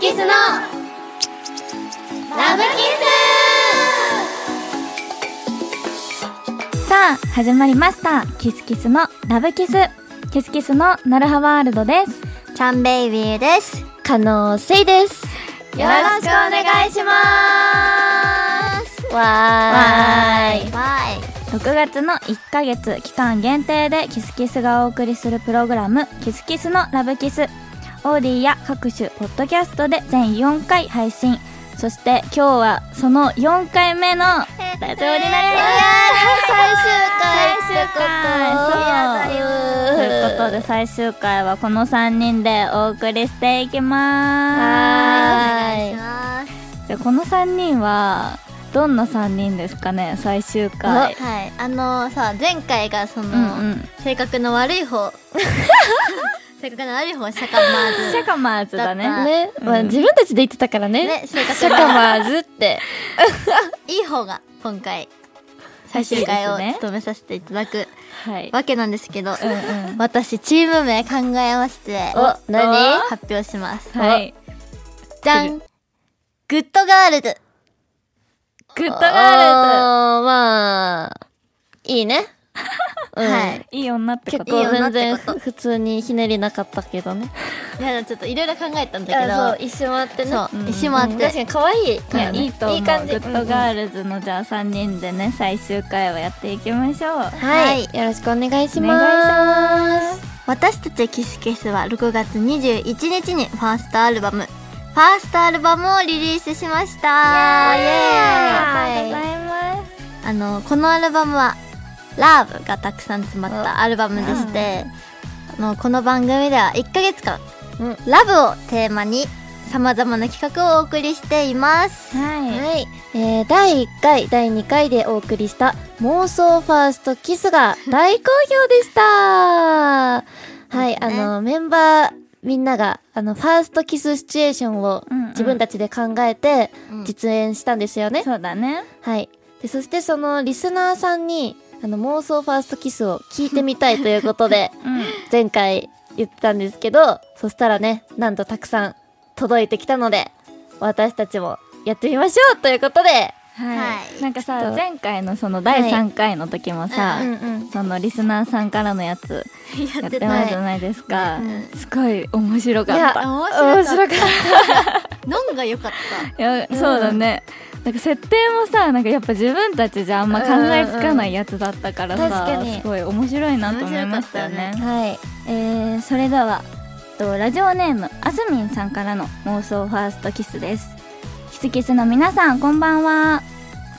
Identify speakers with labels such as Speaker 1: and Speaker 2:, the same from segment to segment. Speaker 1: キスのラブキ
Speaker 2: さあ始まりましたキスキスのラブキスキスキスのなるはワールドです
Speaker 1: スちゃんベイビーです可能性ですよろしくお願いしますわ
Speaker 2: ーい6月の1ヶ月期間限定でキスキスがお送りするプログラム「キスキスのラブキス」オーディや各種ポッドキャストで全4回配信そして今日はその4回目のラジオになります
Speaker 1: 最
Speaker 2: 最
Speaker 1: 終回
Speaker 2: 終回そうということで最終回はこの3人でお送りしていきます
Speaker 1: はい
Speaker 2: じゃあこの3人はどんな3人ですかね最終回
Speaker 3: はい、あのさ前回がその、
Speaker 2: うんうん
Speaker 3: 性格の悪い方性格の悪い方シャカマー
Speaker 2: シャカマーズだ
Speaker 3: だっ
Speaker 2: ね
Speaker 3: た
Speaker 1: ね、まあ
Speaker 2: うん
Speaker 1: 自分たちで言ってたから
Speaker 3: ズ
Speaker 1: ね
Speaker 3: ね性
Speaker 1: シャ
Speaker 3: 格
Speaker 1: カ
Speaker 3: の
Speaker 1: マーズって
Speaker 3: いい方が今回最終回を務めさせていただく
Speaker 2: はい
Speaker 3: わけなんですけど、
Speaker 2: んうん
Speaker 3: 私チーム名考えまして
Speaker 1: お何
Speaker 3: 発表します、
Speaker 2: はい
Speaker 3: じゃんグッドガールズ
Speaker 2: グッド
Speaker 1: おー
Speaker 2: ガール
Speaker 1: まあいいねうん
Speaker 3: はい
Speaker 2: ズいい女ってこ
Speaker 1: 結
Speaker 2: と
Speaker 1: 構
Speaker 3: い
Speaker 1: 全
Speaker 3: い女
Speaker 1: 然
Speaker 3: ってこと
Speaker 1: 普通にひねりなかったけどね
Speaker 3: いやちょっといろいろ考えたんだけど
Speaker 1: あそう石もあってね
Speaker 3: そう、
Speaker 2: うん
Speaker 3: 石もあっ
Speaker 1: うん
Speaker 3: て、
Speaker 1: 確かに可愛い
Speaker 2: い
Speaker 1: から
Speaker 2: や
Speaker 1: ね
Speaker 2: いいと思う
Speaker 1: い感じ
Speaker 2: グッドガールズのじゃあ3人でね最終回をやっていきましょう
Speaker 1: は
Speaker 3: はいい
Speaker 1: よろしくお願いし
Speaker 2: お
Speaker 1: ま
Speaker 2: 願いします
Speaker 3: 私たちキスケスは6月21日にファーストアルバム「ファーストアルバム」をリリースしましたイエ
Speaker 2: あ
Speaker 3: ーイ
Speaker 2: りがとうございます
Speaker 3: あのこのアルバムは「ラブがたくさん詰まったアルバムでして、あのこの番組では1ヶ月間「
Speaker 1: うん
Speaker 3: ラブをテーマにさまざまな企画をお送りしています。
Speaker 1: す
Speaker 2: はい
Speaker 1: はい、えー、第1回第2回でお送りした妄想ファーストキ スが大好評でしたはい、あのメンバーみんながあのファーストキスシチュエーションを
Speaker 2: うんうん
Speaker 1: 自分たちで考えて
Speaker 3: うん
Speaker 1: 実演したんですよね、
Speaker 2: そうだね
Speaker 1: はい。で、そしてそのリスナーさんに、あの、妄想ファーストキスを聞いてみたいということで、
Speaker 2: うん
Speaker 1: 前回言ってたんですけど、そしたらね、なんとたくさん届いてきたので、私たちもやってみましょうということで、
Speaker 2: は
Speaker 3: はい
Speaker 2: いなんか
Speaker 1: ちょっ
Speaker 2: さ
Speaker 1: と
Speaker 2: 前回のその第3回の時もさ
Speaker 3: はいうん
Speaker 1: うん。
Speaker 2: そのリスナーさんからのやつや
Speaker 3: や
Speaker 2: っ
Speaker 3: って
Speaker 2: て
Speaker 3: な
Speaker 2: ま
Speaker 3: い
Speaker 2: すじゃないですか
Speaker 3: ん
Speaker 2: すごい面白かった
Speaker 3: 面白か
Speaker 1: 面白
Speaker 3: っ
Speaker 1: かった
Speaker 3: のんが良かった
Speaker 2: いやそうだね、なんか設定もさなんかやっぱ自分たちじゃあんま考えつかないやつだったから
Speaker 1: うんうん
Speaker 2: さ、
Speaker 1: 確かに
Speaker 2: すごい面白いなと思いましたよ
Speaker 3: 面白か
Speaker 2: ね
Speaker 1: た。はい。
Speaker 2: えーそれではえっとラジオネームあすみんさんからの妄想ファーストキスですキスキスの皆さんこんばんは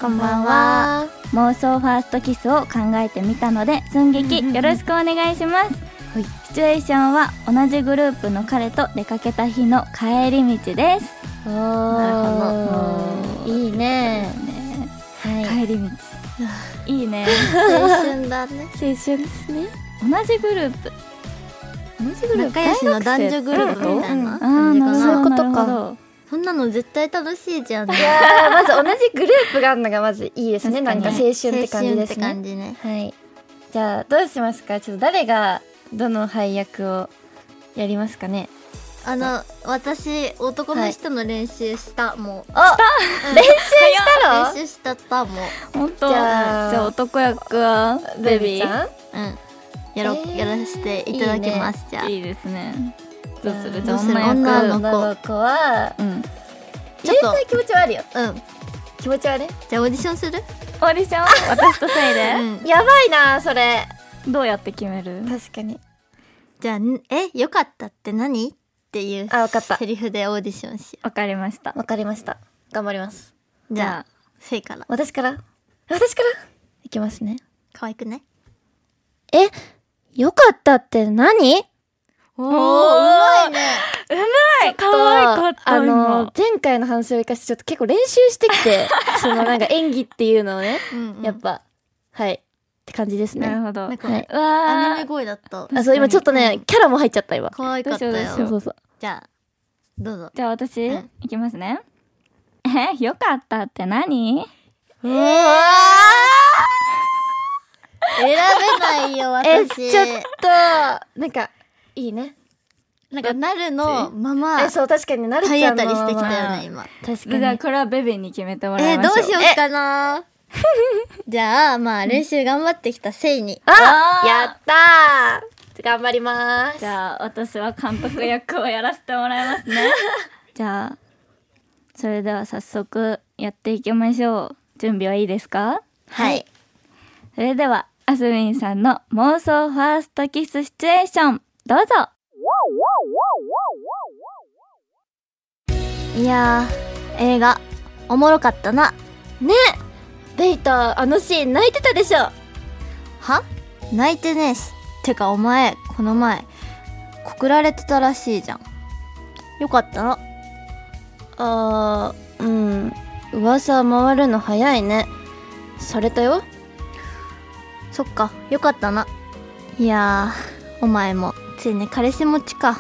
Speaker 2: こん
Speaker 1: ばんは。
Speaker 2: 妄想ファーストキスを考えてみたので寸
Speaker 3: うん
Speaker 2: 劇
Speaker 3: うんうん
Speaker 2: よろしくお願いします、
Speaker 1: はい
Speaker 2: シチュエーションは同じグループの彼と出かけた日の帰り道です
Speaker 1: お
Speaker 2: なるほ
Speaker 1: ー。
Speaker 2: ど
Speaker 1: いいね。
Speaker 2: ね
Speaker 1: は
Speaker 2: 帰
Speaker 1: い。
Speaker 2: り道いい ね
Speaker 3: 青春だね
Speaker 1: 青春ですね。
Speaker 2: 同じグループ同じグループ
Speaker 3: 仲良しの男女グループみたいな感じかな
Speaker 1: ほど
Speaker 2: そういうこと
Speaker 1: なるほ
Speaker 2: か
Speaker 3: そんなの絶対楽しいじゃんね。
Speaker 1: あーまず同じグループがあるのがまずいいですね。
Speaker 2: 確か
Speaker 1: なん
Speaker 2: に
Speaker 1: か青春って感じ
Speaker 3: 青春
Speaker 1: で
Speaker 3: って
Speaker 1: すね
Speaker 3: 感。じね。
Speaker 1: はい。じゃあどうしますか。ちょっと誰がどの配役をやりますかね。
Speaker 3: あの、私、男の人の練習した、もう。
Speaker 1: あ、練習したの？
Speaker 3: 練習したった、もう。
Speaker 2: 本当
Speaker 1: じ
Speaker 2: じ
Speaker 1: ゃ
Speaker 2: ゃ
Speaker 1: あ
Speaker 2: あ男役はベビー
Speaker 3: う
Speaker 1: ん。
Speaker 3: ん。やろ、
Speaker 1: えー
Speaker 3: やらせていただきます、じゃあ。
Speaker 2: いいですねどうするじ
Speaker 1: ど
Speaker 2: ゃ
Speaker 1: う
Speaker 2: あ
Speaker 1: する
Speaker 2: 女役
Speaker 3: 女の子
Speaker 1: 女の子は
Speaker 2: うん
Speaker 3: ちょっと
Speaker 1: 入れたい気持ちはあるよ。
Speaker 3: うん。
Speaker 1: 気持ちはね。
Speaker 3: じゃあ、オーディションする
Speaker 2: オーディション私とせいうで
Speaker 3: ん。
Speaker 1: やばいなそれ。
Speaker 2: どうやって決める
Speaker 1: 確かに。
Speaker 3: じゃあ、んえ、よかったって何っていう
Speaker 1: あわかった
Speaker 3: セリフでオーディションしよ
Speaker 2: わかりました
Speaker 1: わかりました。頑張ります。
Speaker 3: う。じ
Speaker 2: じ
Speaker 3: ゃ
Speaker 2: ゃ
Speaker 3: あ、せいから。
Speaker 1: 私から。私から。いきますね。
Speaker 3: 可愛くね
Speaker 1: え、よかったって何？
Speaker 3: お
Speaker 2: おー
Speaker 3: ー、うまいね。
Speaker 2: あうまい可愛かった
Speaker 1: あの
Speaker 2: 今
Speaker 1: 前回の反省を生かしてちょっと結構練習してきてそのなんか演技っていうのをね、
Speaker 3: うんうん
Speaker 1: やっぱはいって感じです
Speaker 2: なる
Speaker 1: ね
Speaker 2: ほど
Speaker 3: なんか、
Speaker 1: はいう
Speaker 3: ア
Speaker 2: わ
Speaker 3: ニメ
Speaker 2: ー
Speaker 3: 声だった。
Speaker 1: あそう今ちょっとねキャラも入っちゃった今
Speaker 3: 可愛かった
Speaker 2: どうしようどうしよ
Speaker 1: そう
Speaker 3: よ。
Speaker 1: そうそう
Speaker 3: じゃあ、どうぞ。
Speaker 2: じゃあ私
Speaker 3: うん
Speaker 2: いきますねえよかったって何
Speaker 3: えー、選べないよ、
Speaker 1: え
Speaker 3: 私。
Speaker 1: ちょっとなんかいいね
Speaker 3: なんかなるのまま
Speaker 1: え、そう、確かになる
Speaker 3: 体
Speaker 1: ちゃ
Speaker 3: 当
Speaker 1: ん
Speaker 3: た
Speaker 1: の
Speaker 3: りしてき
Speaker 1: ま
Speaker 3: た
Speaker 1: ま
Speaker 3: よね今
Speaker 1: 確
Speaker 2: じゃ
Speaker 1: か
Speaker 2: あ
Speaker 1: に。
Speaker 2: これはベベに決めてもら
Speaker 3: え
Speaker 2: い
Speaker 3: ー
Speaker 2: まし
Speaker 3: ど
Speaker 2: ょう
Speaker 3: うしようかな じゃあまあ練習頑張ってきたせいに
Speaker 2: あー
Speaker 1: やったー頑張りま
Speaker 2: じ
Speaker 1: す。
Speaker 2: ゃあ私は監督役をやらせてもらいま すねじゃあそれでは早速やっていきましょう準備はいいですか
Speaker 3: はい
Speaker 2: それではあすみんさんの妄想ファーストキスシチュエーションどうぞ
Speaker 3: いやー映画おもろかったな
Speaker 1: ねベイター、あのシーン泣いてたでしょ
Speaker 3: は泣いてねえしてかお前この前告られてたらしいじゃんよかったな
Speaker 1: あー、うん。噂回るの早いね。されたよ。
Speaker 3: そっかよかったないやーお前もついに彼氏持ちか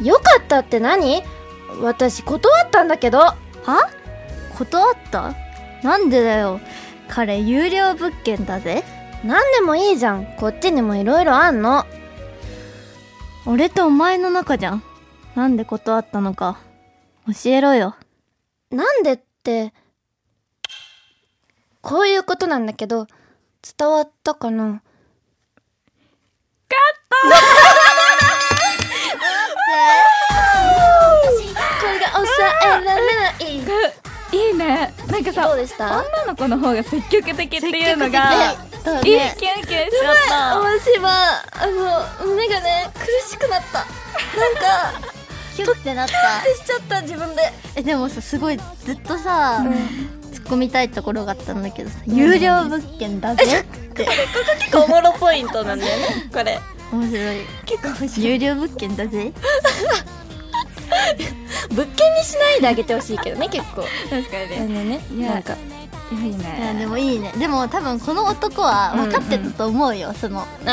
Speaker 1: よかったって何私断ったんだけど。
Speaker 3: は断ったなんでだよ彼有料物件だぜ
Speaker 1: 何でもいいじゃん。こっちにもいろいろあんの。
Speaker 3: 俺とお前の仲じゃんなんで断ったのか教えろよ
Speaker 1: なんでって、こういうことなんだけど、伝わったかなカットこれが抑えられない。
Speaker 2: いいねなんか
Speaker 1: ど
Speaker 2: さ
Speaker 1: うでした
Speaker 2: 女の子の方が積極的っていうのが
Speaker 3: だ
Speaker 2: いいキュンキュンしちゃっ
Speaker 1: 私は、あの、胸がね、苦しくなった。なんか、
Speaker 3: キュッてなった
Speaker 1: しちゃった自分で。
Speaker 3: えでもさすごいずっとさ、突っ込みたいところがあったんだけどさ有料物件だぜって
Speaker 1: 結構おもろポイントなんだよね、これ。
Speaker 3: 面 白い結構有料物件だぜ
Speaker 1: 物件にしないであげてほしいけどね、結構。
Speaker 2: た確かに
Speaker 1: あのね、
Speaker 2: いや
Speaker 1: なんか。
Speaker 2: いい
Speaker 3: いや
Speaker 2: ね
Speaker 3: でもいいねでも多分この男は分かってたと思うよ、その
Speaker 1: うん
Speaker 3: こ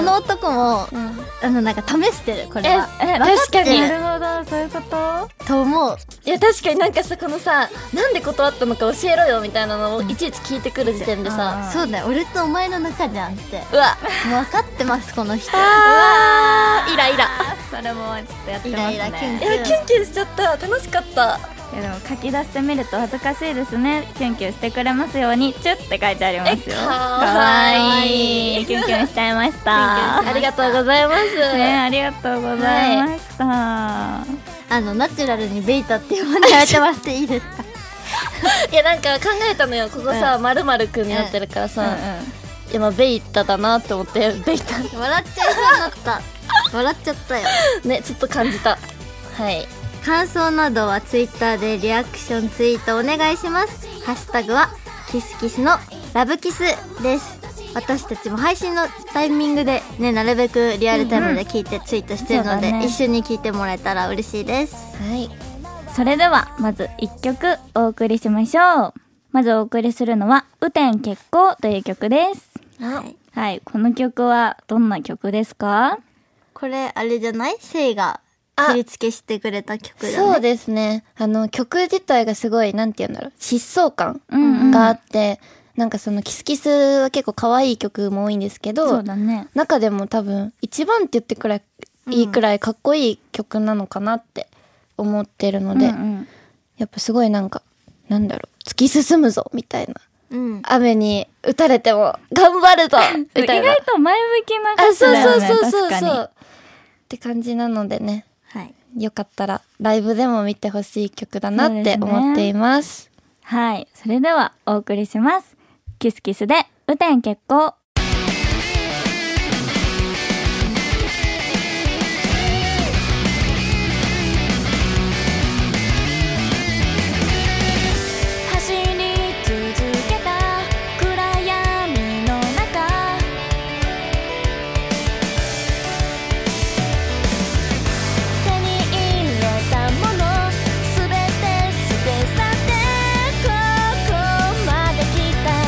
Speaker 3: の男も
Speaker 1: うん
Speaker 3: あのなんか試してるこれは分
Speaker 2: え
Speaker 3: か
Speaker 1: 確か
Speaker 3: って
Speaker 1: に
Speaker 3: る
Speaker 2: なるほどそういうこと
Speaker 3: と思う
Speaker 1: いや確かになんかさこのさなんで断ったのか教えろよみたいなのをいちいち聞いてくる時点で
Speaker 2: う
Speaker 1: さ
Speaker 2: ん
Speaker 3: そうだよ俺とお前の仲じゃんっ て
Speaker 1: うわ
Speaker 3: もう分かってますこの人
Speaker 1: あイライラ
Speaker 2: それもちょっとやって
Speaker 3: イ
Speaker 2: ます
Speaker 3: ラ
Speaker 2: ね
Speaker 3: イラキュン
Speaker 1: い
Speaker 3: キ
Speaker 1: やキ
Speaker 3: ュ
Speaker 1: ュンキュンしちゃった楽しかった
Speaker 2: いやでも書き出してみると恥ずかしいですねキュンキュンしてくれますようにチュッって書いてありますよ
Speaker 1: えか
Speaker 2: わ
Speaker 1: わ
Speaker 2: い
Speaker 1: いい
Speaker 2: キュンキュンしちゃいました
Speaker 1: ありがとうございます
Speaker 2: ねありがとうございました、
Speaker 3: ンあのナチュラルにベイタって呼ばれてもらっていいですか
Speaker 1: いやなんか考えたのよここさまるまるくんになってるからさいやまあベイタだなって思ってベイタ
Speaker 3: 笑っちゃいそうになった笑っちゃったよ
Speaker 1: ねちょっと感じたはい
Speaker 3: 感想などはツイッターでリアクションツイートお願いしますハッシュタグはキスキスのラブキスです私たちも配信のタイミングでねなるべくリアルタイムで聞いてツイートしてるの
Speaker 2: そう
Speaker 3: で、
Speaker 2: だね
Speaker 3: 一緒に聞いてもらえたら嬉しいです
Speaker 1: はい
Speaker 2: それではまず1曲お送りしましょうまずお送りするのは「雨天結構」という曲です
Speaker 3: はい
Speaker 2: はいこの曲はどんな曲ですか
Speaker 3: これあれじゃないせいが
Speaker 1: あ
Speaker 3: 振り付けしてくれた曲だ
Speaker 1: そう
Speaker 3: ね
Speaker 1: ですねあの曲自体がすごいなんて言うんだろう疾走感
Speaker 2: うんうん
Speaker 1: があって、なんかそのキスキスは結構可愛い曲も多いんですけど
Speaker 2: だね
Speaker 1: 中でも多分一番って言ってくらいいいくらいかっこいい曲なのかなって思ってるので、
Speaker 2: うんうん
Speaker 1: やっぱすごいなんかなんだろう突き進むぞみたいな
Speaker 3: うん
Speaker 1: 雨に打たれても頑張るぞみ
Speaker 2: 意
Speaker 1: たいな
Speaker 2: 外と前向きな
Speaker 1: あ
Speaker 2: 歌
Speaker 1: そう
Speaker 2: だ
Speaker 1: そ
Speaker 2: よ
Speaker 1: う
Speaker 2: ね
Speaker 1: そうそう
Speaker 2: 確
Speaker 1: そ
Speaker 2: かに
Speaker 1: うって感じなのでね
Speaker 3: はい
Speaker 1: よかったらライブでも見てほしい曲だな
Speaker 2: そう
Speaker 1: っ
Speaker 2: で
Speaker 1: て
Speaker 2: すね
Speaker 1: 思っています
Speaker 2: はい。それではお送りします。キスキスで、雨天結構。
Speaker 4: 走り続けた暗闇の中手に入れたもの全て捨て去ってここまで来た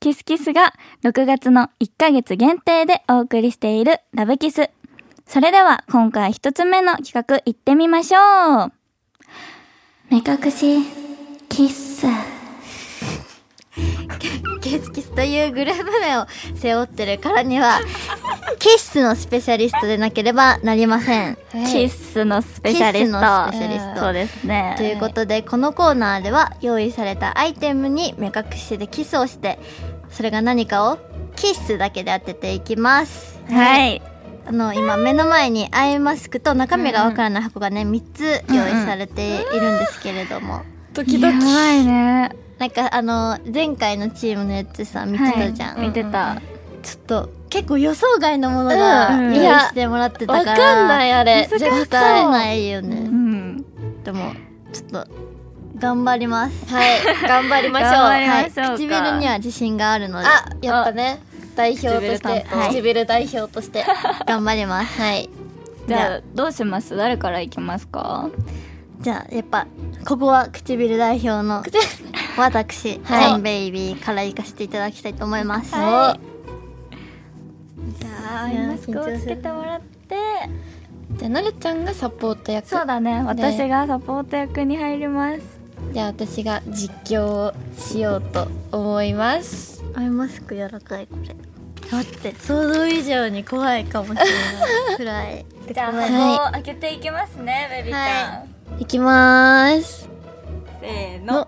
Speaker 2: キスが6月の1ヶ月限定でお送りしているラブキス。それでは今回一つ目の企画行ってみましょう。目隠し、キッス。
Speaker 3: キスキスというグループ名を背負ってるからには、 キッスのスペシャリストでなければなりません。
Speaker 2: キッスのスペシャリスト。
Speaker 3: キッスのスペシャリスト
Speaker 2: そうですね。
Speaker 3: ということで、このコーナーでは用意されたアイテムに目隠しでキスをして、それが何かをキッスだけで当てていきます。
Speaker 2: はい。
Speaker 3: あの、今目の前にアイマスクと中身がわからない箱がね、3つ用意されているんですけれども。
Speaker 1: ドキ
Speaker 2: や
Speaker 1: ド
Speaker 2: ば
Speaker 1: キ。
Speaker 2: いね。
Speaker 3: なんかあの、前回のチームのやつさ、見てたじゃん。
Speaker 2: はい見てた。
Speaker 3: ちょっと結構予想外のものが
Speaker 1: うん
Speaker 3: 用意してもらってた
Speaker 1: わ
Speaker 3: から、
Speaker 1: かんないあれ。
Speaker 3: 難しそうわ
Speaker 1: 絶対
Speaker 3: かんないよね
Speaker 2: う、ん。
Speaker 3: でもちょっと頑張ります
Speaker 1: はい。頑張りましょ
Speaker 2: 頑張りましょ
Speaker 1: う。
Speaker 2: う
Speaker 1: はい
Speaker 3: はい、唇には自信があるので
Speaker 1: あ、やっぱね。代表として
Speaker 2: 唇担当。
Speaker 1: 唇代表として。
Speaker 3: 頑張ります
Speaker 1: はい。
Speaker 2: じゃあ、どうします誰から行きますか
Speaker 3: じゃあやっぱここは唇代表の私、
Speaker 1: はい
Speaker 3: ジェンベイビーから行かせていただきたいと思います、
Speaker 2: は
Speaker 3: じゃ
Speaker 2: アイマスクをつけてもらって。
Speaker 1: じゃあ、なるちゃんがサポート役。
Speaker 2: そうだね。私がサポート役に入ります。
Speaker 1: じゃあ、私が実況をしようと思います。
Speaker 3: アイマスク柔らかいこれ待って想像以上に怖いかもしれないくらい
Speaker 2: じゃあ、
Speaker 1: はい
Speaker 2: 箱を開けていきますね、ベビちゃん。
Speaker 1: いきまーす。
Speaker 2: せーの。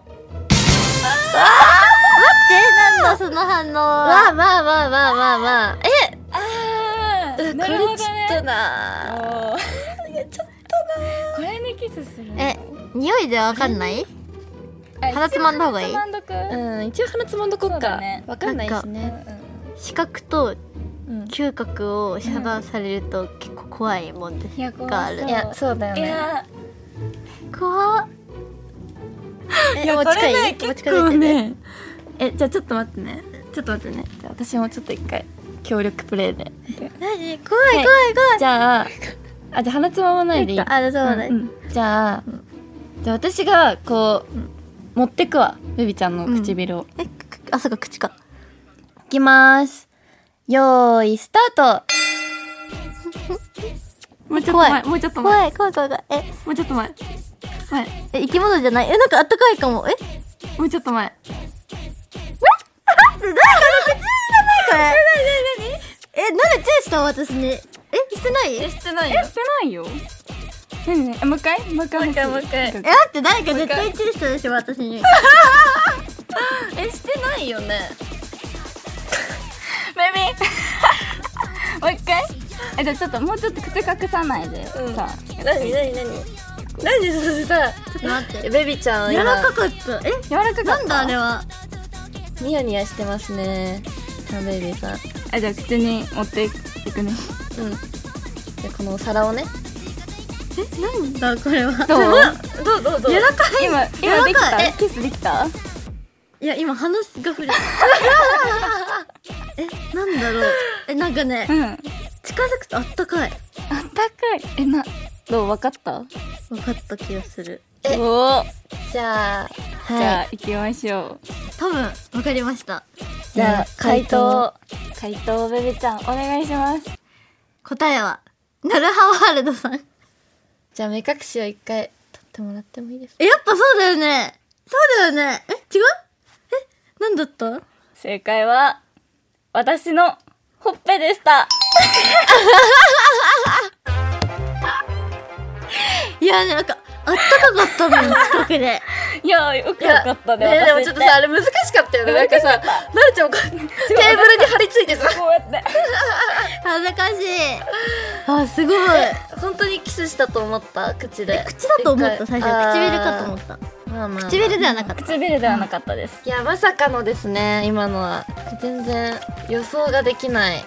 Speaker 3: えなんだその反応
Speaker 1: わあ
Speaker 3: は
Speaker 1: まあまあまあまあまあ。え
Speaker 2: あー
Speaker 1: うこれちょっとな
Speaker 2: おーこれにキスするの
Speaker 3: え匂いでわかんない
Speaker 2: あ
Speaker 3: 鼻つまんだ方がいい
Speaker 2: 一応鼻つまんどく
Speaker 1: うん、一応鼻つまんどこ
Speaker 2: そ
Speaker 1: っ
Speaker 2: うだ
Speaker 1: か
Speaker 2: ね。
Speaker 1: わかんないしね。
Speaker 3: 視覚と
Speaker 2: うんうん
Speaker 3: 嗅覚を遮断されると結構怖いもんです
Speaker 2: いや怖
Speaker 3: がある
Speaker 2: そう
Speaker 1: いや、そうだよ
Speaker 2: い
Speaker 1: ね。
Speaker 2: や
Speaker 3: 怖っえ
Speaker 2: いや
Speaker 3: もう近い
Speaker 2: これ
Speaker 3: も
Speaker 2: ね
Speaker 3: う
Speaker 2: 結
Speaker 3: 近づい
Speaker 2: 構
Speaker 3: てる
Speaker 2: ねえじゃあちょっと待ってねちょっと待ってねじゃあ私もちょっと一回協力プレイで
Speaker 3: 何怖い怖い怖い
Speaker 1: じゃあ、あ、じゃあ鼻つままないでいい
Speaker 3: あそうだね、
Speaker 2: うん
Speaker 1: じゃあ、じゃあ私がこう、持ってくわ。ベビちゃんの唇を。
Speaker 3: えくあそうか口か
Speaker 1: いきまーす。よーい、スタート
Speaker 2: もうちょっと
Speaker 3: 怖
Speaker 2: 前
Speaker 3: い
Speaker 2: もうちょっと前
Speaker 3: 怖い怖い怖い怖いえ
Speaker 2: もうちょっと前前
Speaker 3: え生き物じゃないえなんかあったかいかもえ
Speaker 2: もうちょっと前
Speaker 3: これなになにえなんでチューした私にえしてないえ
Speaker 1: してない
Speaker 2: えしてないよ何ねもう一回もう一回もう一回もう一回
Speaker 3: 待って誰か絶対チューしたでしょ私に
Speaker 1: え、してない よね。
Speaker 2: ベビー もう一回えじゃあちょっともうちょっと口隠さないで、さ
Speaker 1: なになになになにそれさ、
Speaker 3: ちょっと待って
Speaker 1: ベビちゃん
Speaker 3: 柔
Speaker 1: 今、
Speaker 3: らかかったえ
Speaker 2: 柔らかかった
Speaker 3: なんだあれは
Speaker 1: ニヤニヤしてますね。さあ、ベビさん。
Speaker 2: あじゃあ口に持っていくね
Speaker 1: うん。で、このお皿をね。
Speaker 3: えなんだこれは
Speaker 2: どう
Speaker 1: どうどうど
Speaker 2: 柔らかい今今でき
Speaker 3: 柔らかい
Speaker 2: たキスできた
Speaker 3: いや今話が触れ たえなんだろうえなんかね
Speaker 2: うんあった
Speaker 3: 近づくとあったかい
Speaker 2: かいえなどうわかった
Speaker 3: 分かった気がする
Speaker 1: え
Speaker 2: おお
Speaker 1: じゃあ、
Speaker 2: じゃ
Speaker 1: は
Speaker 2: あ行きましょう
Speaker 3: 多分分かりました
Speaker 1: い。
Speaker 2: じゃあ
Speaker 1: 回
Speaker 2: 回
Speaker 1: 答。
Speaker 2: 答回答ベビちゃんお願いします
Speaker 3: 答えはナルハワールドさん
Speaker 1: じゃあ、目隠しを一回取ってもらってもいいですか
Speaker 3: えやっぱそうだよねそうだよねえ違うえなんだった
Speaker 2: 正解は私のほっぺでした
Speaker 3: いやなんかあったかかったの よ近くで
Speaker 2: いやよくわかったね
Speaker 1: いやでも
Speaker 2: 私
Speaker 1: ち
Speaker 2: て
Speaker 1: ょっとさ、あれ難しかったよね。なんかさ、なるちゃんもこうテーブルに張り付いてさ、
Speaker 2: こうやって
Speaker 3: 恥ずかしいあすごい
Speaker 1: 本当にキスしたと思った口で。
Speaker 3: 口だと思った最初唇かと思
Speaker 1: っ
Speaker 3: った
Speaker 1: た。まあまあ。
Speaker 3: 唇ではなかった
Speaker 2: 唇ではなかったです
Speaker 1: いやまさかのですね今のは全然予想ができない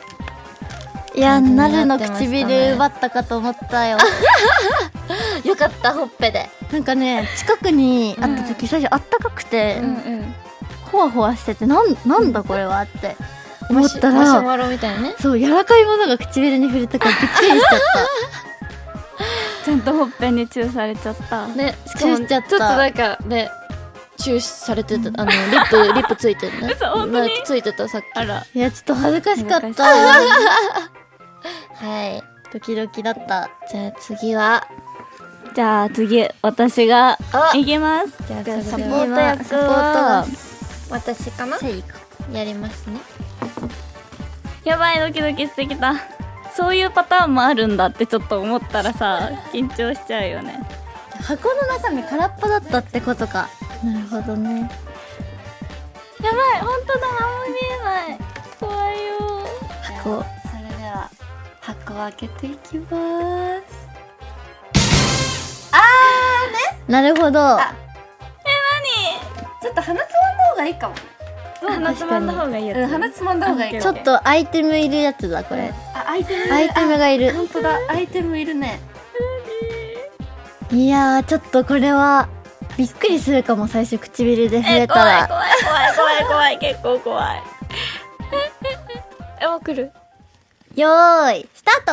Speaker 3: いやな
Speaker 1: なる
Speaker 3: る
Speaker 1: の
Speaker 3: の唇
Speaker 1: 唇奪
Speaker 3: 奪ったかと思ったよ
Speaker 1: よかったほっぺで
Speaker 3: なんかね近くにあった時、最初あったかくて、
Speaker 2: うん
Speaker 3: ほわほわしててなんなんだこれはって思った
Speaker 1: マシマシュ
Speaker 3: ら
Speaker 1: マロみたいなね
Speaker 3: そう柔らかいものが唇に触れたからびっくりしち ゃっ
Speaker 2: ちゃんとほっぺにチューされちゃった
Speaker 1: ねし
Speaker 3: チューしちゃった
Speaker 1: ちょっとなんかねチューされてた、あの、リップ、リップついてるね。
Speaker 2: 嘘本当に
Speaker 1: なんかついてた、さっき。
Speaker 2: あら
Speaker 3: いやちょっと恥ずかしかった
Speaker 1: はい。
Speaker 3: ドキドキだった
Speaker 1: じゃあ次は、
Speaker 2: じゃあ次私が
Speaker 1: あ
Speaker 2: いきます
Speaker 1: じゃあ
Speaker 2: じゃあサ
Speaker 1: そ
Speaker 2: ポ
Speaker 1: れで
Speaker 2: ー
Speaker 1: は
Speaker 2: ト役
Speaker 3: サポー
Speaker 2: は
Speaker 3: ト
Speaker 4: 私かな
Speaker 3: せいか
Speaker 1: やりますね。
Speaker 2: やばいドキドキしてきたそういうパターンもあるんだってちょっと思ったら さ緊張しちゃうよね
Speaker 3: 箱の中身空っぽだったってことかなるほどね
Speaker 2: やばい本当だ何も見えない怖いよ
Speaker 3: 箱
Speaker 1: それでは、箱を開けていきます。
Speaker 3: なるほど
Speaker 4: ちょっと鼻つまんだ方がいいかも
Speaker 2: 鼻つまんだ方がいい
Speaker 4: うん
Speaker 2: やつ
Speaker 4: 鼻つまんだ方がいい
Speaker 2: オッケー
Speaker 3: ちょっとアイテムいるやつだこれ
Speaker 4: あアイテム
Speaker 3: アイテムがいる
Speaker 4: 本当だアイテムいるね
Speaker 3: いやーちょっとこれはびっくりするかも最初唇で触
Speaker 2: え
Speaker 3: れた
Speaker 2: 怖い
Speaker 3: ら
Speaker 2: 怖い怖い怖い怖い 結構怖いえもう来る
Speaker 3: よーいスター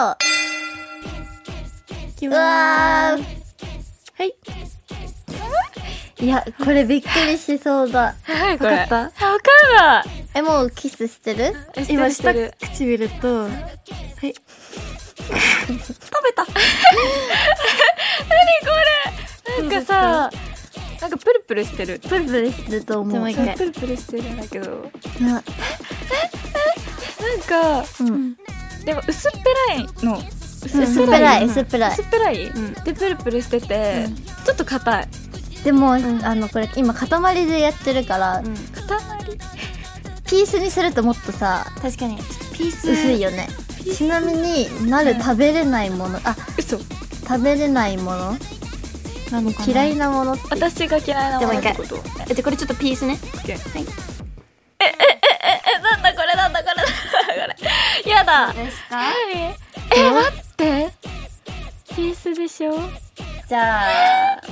Speaker 3: トうわ
Speaker 2: はい
Speaker 3: ーいやこれびっくりしそうだ
Speaker 2: はいこ
Speaker 3: わ
Speaker 2: れ
Speaker 3: かっ
Speaker 2: わ
Speaker 3: た
Speaker 2: かるわ
Speaker 3: えもうキスしてる
Speaker 2: 今してる
Speaker 3: 唇とはい
Speaker 2: なんかさなんかプルプルしてる
Speaker 3: プルプルしてると思う
Speaker 2: もう一回
Speaker 3: う
Speaker 2: プルプルしてるんだけど
Speaker 3: わ
Speaker 2: なんか
Speaker 3: うん
Speaker 2: でも薄っぺらいの
Speaker 3: 薄っぺらい薄っぺらい
Speaker 2: 薄っぺらい、でプルプルしてて、ちょっと硬い
Speaker 3: でもあのこれ今塊でやってるから
Speaker 2: 硬い
Speaker 3: ピースにするともっとさ
Speaker 4: 確かにピース
Speaker 3: 薄いよねちなみになる食べれないものあ
Speaker 2: 嘘
Speaker 3: 食べれないもの
Speaker 4: なのかな
Speaker 3: 嫌いなものって
Speaker 2: 私が嫌いなものってこと
Speaker 4: じゃあこれちょっとピースね
Speaker 2: えええええなんだこれなんだこれなんだこれやだ
Speaker 4: ですか
Speaker 2: ええ待ってピースでしょ
Speaker 3: じゃあ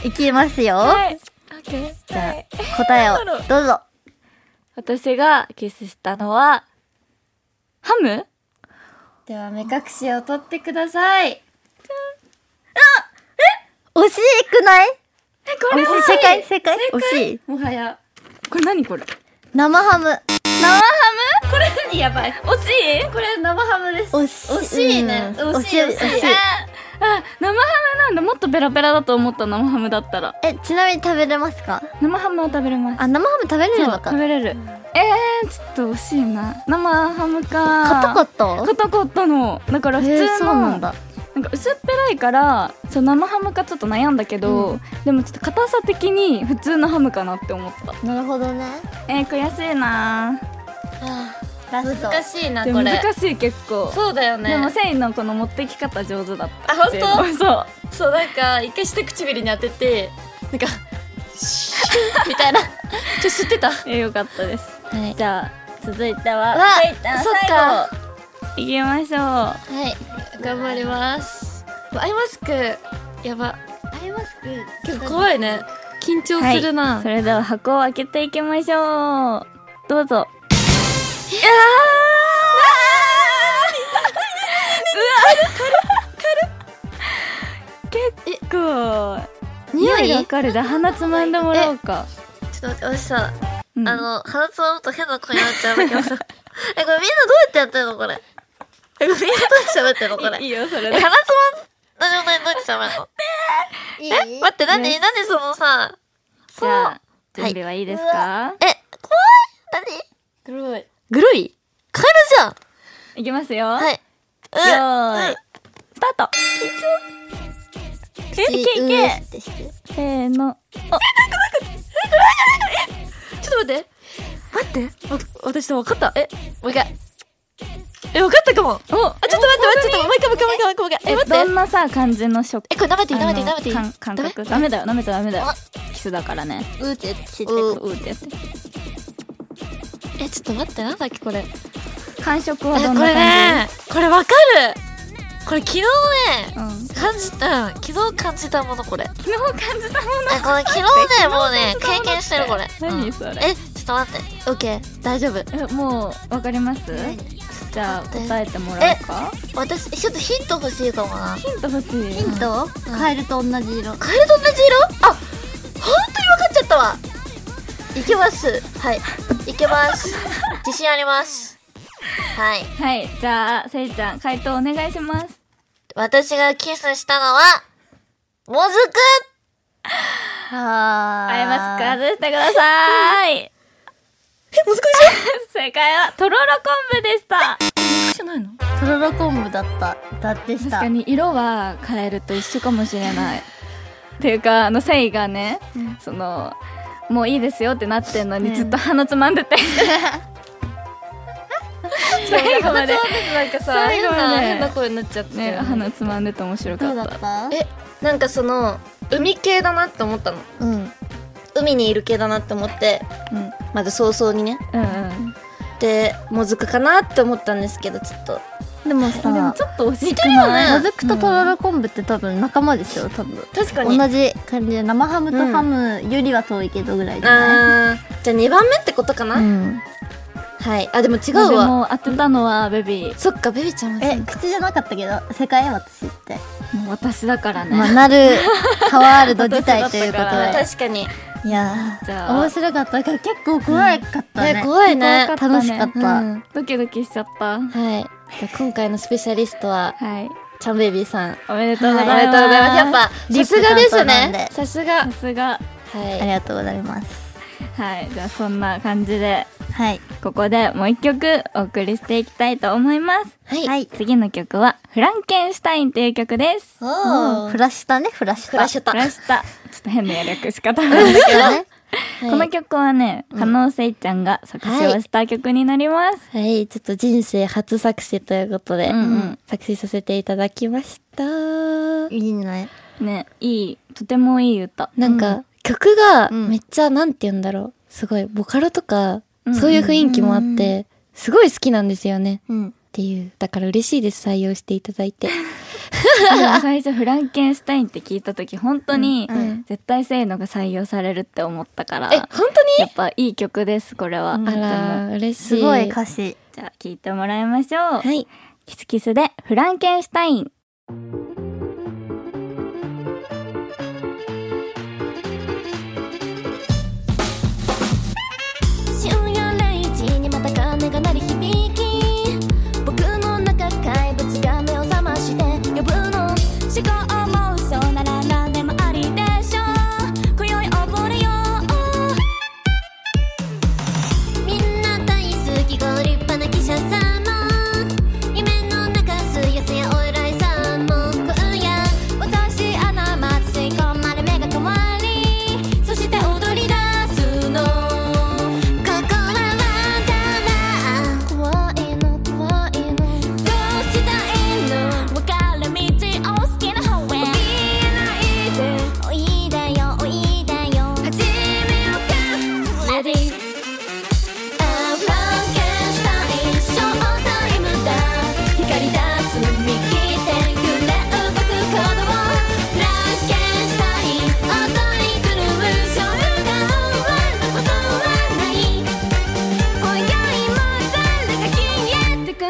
Speaker 3: いきますよ、
Speaker 2: はいオッケー
Speaker 3: じ
Speaker 2: は
Speaker 3: ゃ
Speaker 2: い
Speaker 3: あ答えを
Speaker 2: なんだろう
Speaker 3: どうぞ
Speaker 2: 私がキスしたのはハム
Speaker 1: では、目隠しを取ってください。
Speaker 3: 惜しくない
Speaker 2: こ
Speaker 3: 惜しい正解正解惜しい
Speaker 4: もはや
Speaker 2: これ何これ
Speaker 3: 生ハム
Speaker 4: やばい
Speaker 2: 惜しい
Speaker 4: これ生ハムです
Speaker 3: 惜し
Speaker 4: 惜しいね
Speaker 3: うん
Speaker 4: 惜しい
Speaker 3: 惜しい惜しい
Speaker 2: あ生ハムなんだもっとペラペラだと思った生ハムだったら
Speaker 3: えちなみに食べれますか
Speaker 2: 生ハムを食べれます
Speaker 3: あ生ハム食べれるのか
Speaker 2: 食べれるえー、ちょっと惜しいな生ハムか
Speaker 3: 硬かった
Speaker 2: 硬かったのだから
Speaker 3: え
Speaker 2: 普
Speaker 3: ー
Speaker 2: 通
Speaker 3: そう
Speaker 2: の、
Speaker 3: な
Speaker 2: なんんか
Speaker 3: だ
Speaker 2: 薄っぺらいからそう生ハムかちょっと悩んだけど、でもちょっと硬さ的に普通のハムかなって思った
Speaker 3: なるほどね
Speaker 2: えー、悔しいな
Speaker 3: ラスト
Speaker 4: 難しいな
Speaker 2: で
Speaker 4: こ
Speaker 2: も
Speaker 4: れ
Speaker 2: 難しい結構
Speaker 4: そうだよね
Speaker 2: でも繊維のこの持ってき方上手だった
Speaker 4: あ本
Speaker 2: 当そう
Speaker 4: そうなんか一回下唇に当ててなんかシュッみたいなちょっと吸ってた
Speaker 2: えー、よかったです
Speaker 1: はい。
Speaker 2: じゃあ続いては
Speaker 3: わ
Speaker 2: セイタン
Speaker 4: そっか
Speaker 2: 最後いきましょ
Speaker 1: はい。
Speaker 4: 頑張りますアイマスクやば
Speaker 3: アイマスク
Speaker 4: 結構怖いね緊張するな、
Speaker 2: うそれでは箱を開けていきましょうどうぞいやーうわ結構
Speaker 3: 匂い
Speaker 2: 匂いわかるじゃあ鼻つまんでもらおうか
Speaker 3: ちょっと待って私さ
Speaker 2: うん
Speaker 3: あの鼻つまむと変な声になっちゃうんだけどさ えこれみんなどうやってやってんのこれ えこれみんなどうやって喋ってんのこれ
Speaker 2: いいよそれ
Speaker 3: え、
Speaker 2: で
Speaker 3: 鼻つまんだ状態でどうやって喋るのえ待って、なんで、なんでそのさ、
Speaker 2: じゃあ
Speaker 3: そう
Speaker 2: 準備はいいです
Speaker 3: う
Speaker 2: か
Speaker 3: え、怖い何
Speaker 4: 黒い
Speaker 3: グロいカエルじゃん
Speaker 2: いきますよよ
Speaker 3: はい。
Speaker 2: ーいスタート緊張いけいけい
Speaker 3: け
Speaker 2: けせーの
Speaker 4: ちょっと待って待ってわ私さ分かったえもう一回え分かったかもあ
Speaker 2: おあ
Speaker 4: ちょっと待って待ってちょっともう一回もう一回もう一回もう一回
Speaker 2: え
Speaker 4: もう一回え待って
Speaker 2: どんなさ感じの食
Speaker 4: えこれ舐めていい舐めていい
Speaker 2: あ
Speaker 4: 舐
Speaker 2: の
Speaker 4: めていい
Speaker 2: 感感覚ダメだよダメだよダメだよキスだからね
Speaker 3: うーってやってして
Speaker 2: うーってやって
Speaker 4: えちょっと待ってなんだっけこれ
Speaker 2: 感触は
Speaker 4: え
Speaker 2: ど
Speaker 4: こ
Speaker 2: んな感じ
Speaker 4: れねこれわかるこれ昨日ね
Speaker 2: うん
Speaker 4: 感じた、うん、昨日感じたものこれ
Speaker 2: 昨日感じたも
Speaker 3: え、これ昨日ね、もうね、経験してるこれ。
Speaker 2: の
Speaker 3: うん
Speaker 2: 何それ
Speaker 3: え、ちょっと待って。オッケー、大丈夫。
Speaker 2: えもうわかりますじゃあ答えてもらおうか
Speaker 3: 私、ちょっとヒント欲しいかもな。
Speaker 2: ヒント欲しい
Speaker 3: ヒント、カエルと同じ色カエルと同じ色あ本当に分かっちゃったわ
Speaker 5: いけます。はい。いけ ます。自信あります。はい。
Speaker 2: はい、じゃあ、せいちゃん、回答お願いします。
Speaker 5: 私がキスしたのは、もずく
Speaker 3: あ
Speaker 2: あえますか外してくださ い。え、難しい 正解は、とろろ昆布でした。
Speaker 4: じゃないの
Speaker 3: とろろ昆布だっただってし
Speaker 2: 確
Speaker 3: た
Speaker 2: かに色は変えると一緒かもしれ ない。っていうか、あの、繊維がね、その、もういいですよってなってんのに、ずっと鼻つまんでて。 最後まで、
Speaker 4: なんかさ、
Speaker 2: 最
Speaker 4: 変
Speaker 2: 後ま
Speaker 4: な、
Speaker 2: で
Speaker 4: 変な声になっちゃってた
Speaker 2: ね、
Speaker 4: よね、
Speaker 2: 鼻つまんでて面白か
Speaker 3: どうだ
Speaker 2: っ。
Speaker 3: ったた
Speaker 4: え、なんかその、海系だなって思ったの。
Speaker 5: うん。海にいる系だなって思って、
Speaker 2: うん
Speaker 5: まず早々にね。
Speaker 2: うんうん。
Speaker 5: で、もずくかなって思ったんですけど、ちょっと。
Speaker 3: でも
Speaker 2: でも
Speaker 3: さ
Speaker 2: ちょっと惜しい。
Speaker 5: ね
Speaker 3: もずくととろろ昆布って多分仲間ですよ多分
Speaker 5: 確かに。あ
Speaker 3: 同じ感じで生ハムとハムよりは遠いけどぐらいじゃない、
Speaker 5: ーじゃあ2番目ってことかな、
Speaker 3: うん、
Speaker 5: はい。あ、でも違
Speaker 2: で
Speaker 5: うわ。
Speaker 2: も当てたのはベビー。
Speaker 5: そっか、ベビちゃんは
Speaker 3: え口じゃなかったけど世界私って
Speaker 2: もう私だからね。
Speaker 3: まあなるパワールド自体という こと
Speaker 2: 私だった
Speaker 3: で
Speaker 5: 確かに。
Speaker 3: いや
Speaker 2: じゃ
Speaker 3: ー
Speaker 2: あ
Speaker 3: 面白かったけど結構怖かったね、
Speaker 5: え、怖いね。
Speaker 2: 怖
Speaker 3: 楽しかっ
Speaker 5: う
Speaker 3: た、
Speaker 5: ん。
Speaker 2: ドキドキしちゃった。は
Speaker 5: はい。じゃあ今回のスペシャリストは、
Speaker 2: い。
Speaker 5: ちゃんベビーさん。
Speaker 2: おめでとうござい
Speaker 5: おめ
Speaker 2: ます。
Speaker 5: でとうございます。やっぱ、
Speaker 3: リ
Speaker 5: さ
Speaker 3: ッ
Speaker 5: す
Speaker 3: プ担当
Speaker 5: がです
Speaker 3: なんで
Speaker 5: ね。さすが
Speaker 2: さ。すが。
Speaker 3: あり
Speaker 5: は
Speaker 3: がとうございます
Speaker 2: はい。じゃあそんな感じで、
Speaker 3: はい
Speaker 2: ここでもう一曲お送りしていきたいと思います。
Speaker 5: い。
Speaker 3: は
Speaker 5: はい。
Speaker 3: い
Speaker 2: 次の曲は、フランケンシュタインという曲です。
Speaker 5: お
Speaker 3: フ
Speaker 5: ー。
Speaker 3: ラッシュだねフラッシュ
Speaker 5: フラッシュタ
Speaker 2: フ。ラした。ちょっと変な略し 方なんですけど。
Speaker 3: だね
Speaker 2: この曲はね、加納せいちゃんが作詞をした曲になります。
Speaker 5: はい、ちょっと人生初作詞ということで、
Speaker 2: うんうん
Speaker 5: 作詞させていただきました。
Speaker 3: いいね
Speaker 2: ね、いい、とてもいい歌。
Speaker 5: なんか、曲が
Speaker 3: うん
Speaker 5: めっちゃ、なんて言うんだろう。すごい、ボカロとか、
Speaker 2: うん
Speaker 5: そういう雰囲気もあって、すごい好きなんですよね。
Speaker 3: うん
Speaker 5: っていう。だから嬉しいです、採用していただいて。
Speaker 2: でも最初フランケンシュタインって聞いた時本当に
Speaker 3: うんうん
Speaker 2: 絶対せーのが採用されるって思ったから、
Speaker 5: え、
Speaker 2: や
Speaker 5: 本当に
Speaker 2: っぱいい曲ですこれは、
Speaker 3: うん
Speaker 2: と
Speaker 5: あ
Speaker 2: ても
Speaker 5: ら、嬉しい。
Speaker 3: すごい歌詞
Speaker 2: じゃあ聞いてもらいましょう、
Speaker 5: はい。
Speaker 2: キスキスでフランケンシュタイン
Speaker 6: 深夜0時にまた鐘が鳴り響き僕の中怪物が目を覚まして呼ぶの思考も嘘なら何でもありでしょ今宵溺れようみんな大好きご立派な記者様夢の中すやすやお偉いさんも今夜私あなまつ吸い込まれ目が変わりそして踊り出すのここはワンダーラー怖いの怖いのどうしたいの分かる道を好きな方へ怯えないでおいだよおいだよ始めようか Ready フランケンシュタインショータイムだ光り出す見切って揺れ動く鼓動フランケンシュタイン踊り狂う勝負が終わることはない今宵も誰が消えてく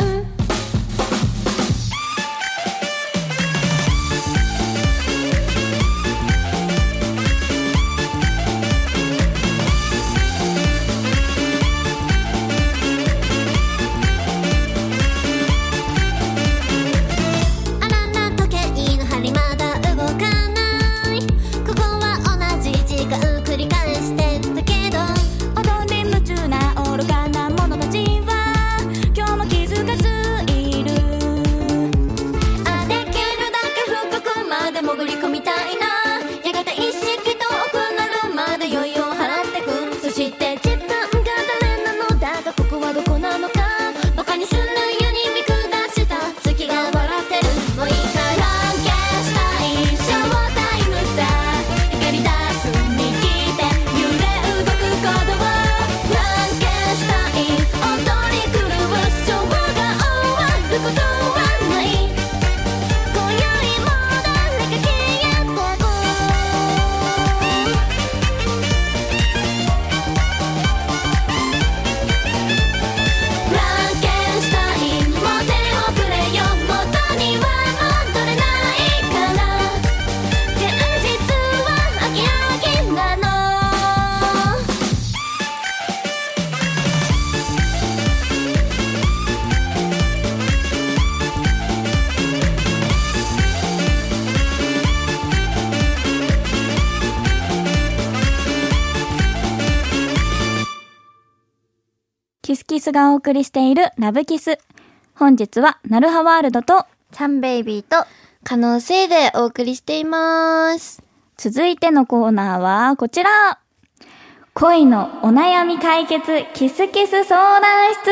Speaker 6: あらな時計の針まだ動かないここは同じ時間繰り返してたけど踊り夢中な愚かな者たちは今日も気づかずいるあできるだけ深くまで潜り込みたいなやがて意識遠くなるまで余裕を払ってくそして自分が誰なのだがここはどこなのかバカにするように見下した月が笑ってるもういいかフランケンシュタインショータイムだ光り出す見切って揺れ動く鼓動フランケンシュタイン踊り狂うショーが終わることはない今宵も誰か消えてく
Speaker 2: キスキスがお送りしているラブキス。本日は、なるはワールドと、
Speaker 3: ちゃんベイビーと、
Speaker 1: 可能性でお送りしています。
Speaker 2: 続いてのコーナーはこちら。恋のお悩み解決、キスキス相談室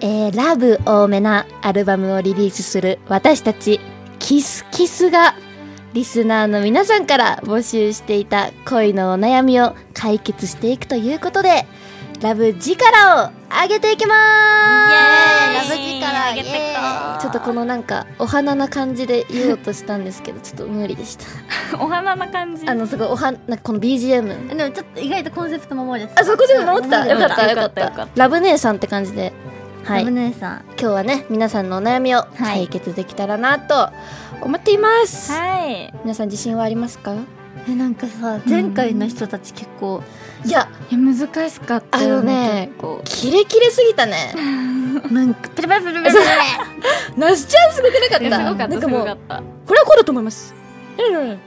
Speaker 1: えー、ラブ多めなアルバムをリリースする私たち、キスキスが、リスナーの皆さんから募集していた恋のお悩みを解決していくということで、ラブ力を上げていきます
Speaker 2: ラブ力上げてこう
Speaker 1: ちょっとこのなんか、お花な感じで言おうとしたんですけ ど、ちょっと無理でした。
Speaker 2: お花な感じ。
Speaker 1: あの、すごいおは、なんかこの BGM。
Speaker 3: でもちょっと意外とコンセプト守れてた
Speaker 1: あ、そこじゃ守った。よ
Speaker 2: よ
Speaker 1: か
Speaker 2: かった
Speaker 1: っ、
Speaker 2: た
Speaker 1: よか
Speaker 2: よ
Speaker 1: っ
Speaker 2: かったよか
Speaker 1: た
Speaker 2: っ。
Speaker 1: ラブ姉さんって感じで。は
Speaker 3: ラ
Speaker 1: い。
Speaker 3: ブ
Speaker 1: 今
Speaker 3: 姉さん
Speaker 1: 日はね、皆さんのお悩みを解決できたらなと思っています。
Speaker 2: はい。
Speaker 1: 皆さん自信はありますか
Speaker 3: えなんかさ前回の人たち結構
Speaker 1: いや、
Speaker 2: いや、難しかったよね。結構。
Speaker 1: キレキレすぎたね。
Speaker 3: なんかペラペラペラペラペラ
Speaker 1: ナスちゃんすごくなかっ
Speaker 2: いやすごか
Speaker 1: た。
Speaker 2: った、
Speaker 1: なん
Speaker 2: す
Speaker 1: かも
Speaker 2: ご
Speaker 1: う
Speaker 2: か、った。
Speaker 1: これはこうだと思います。うん。って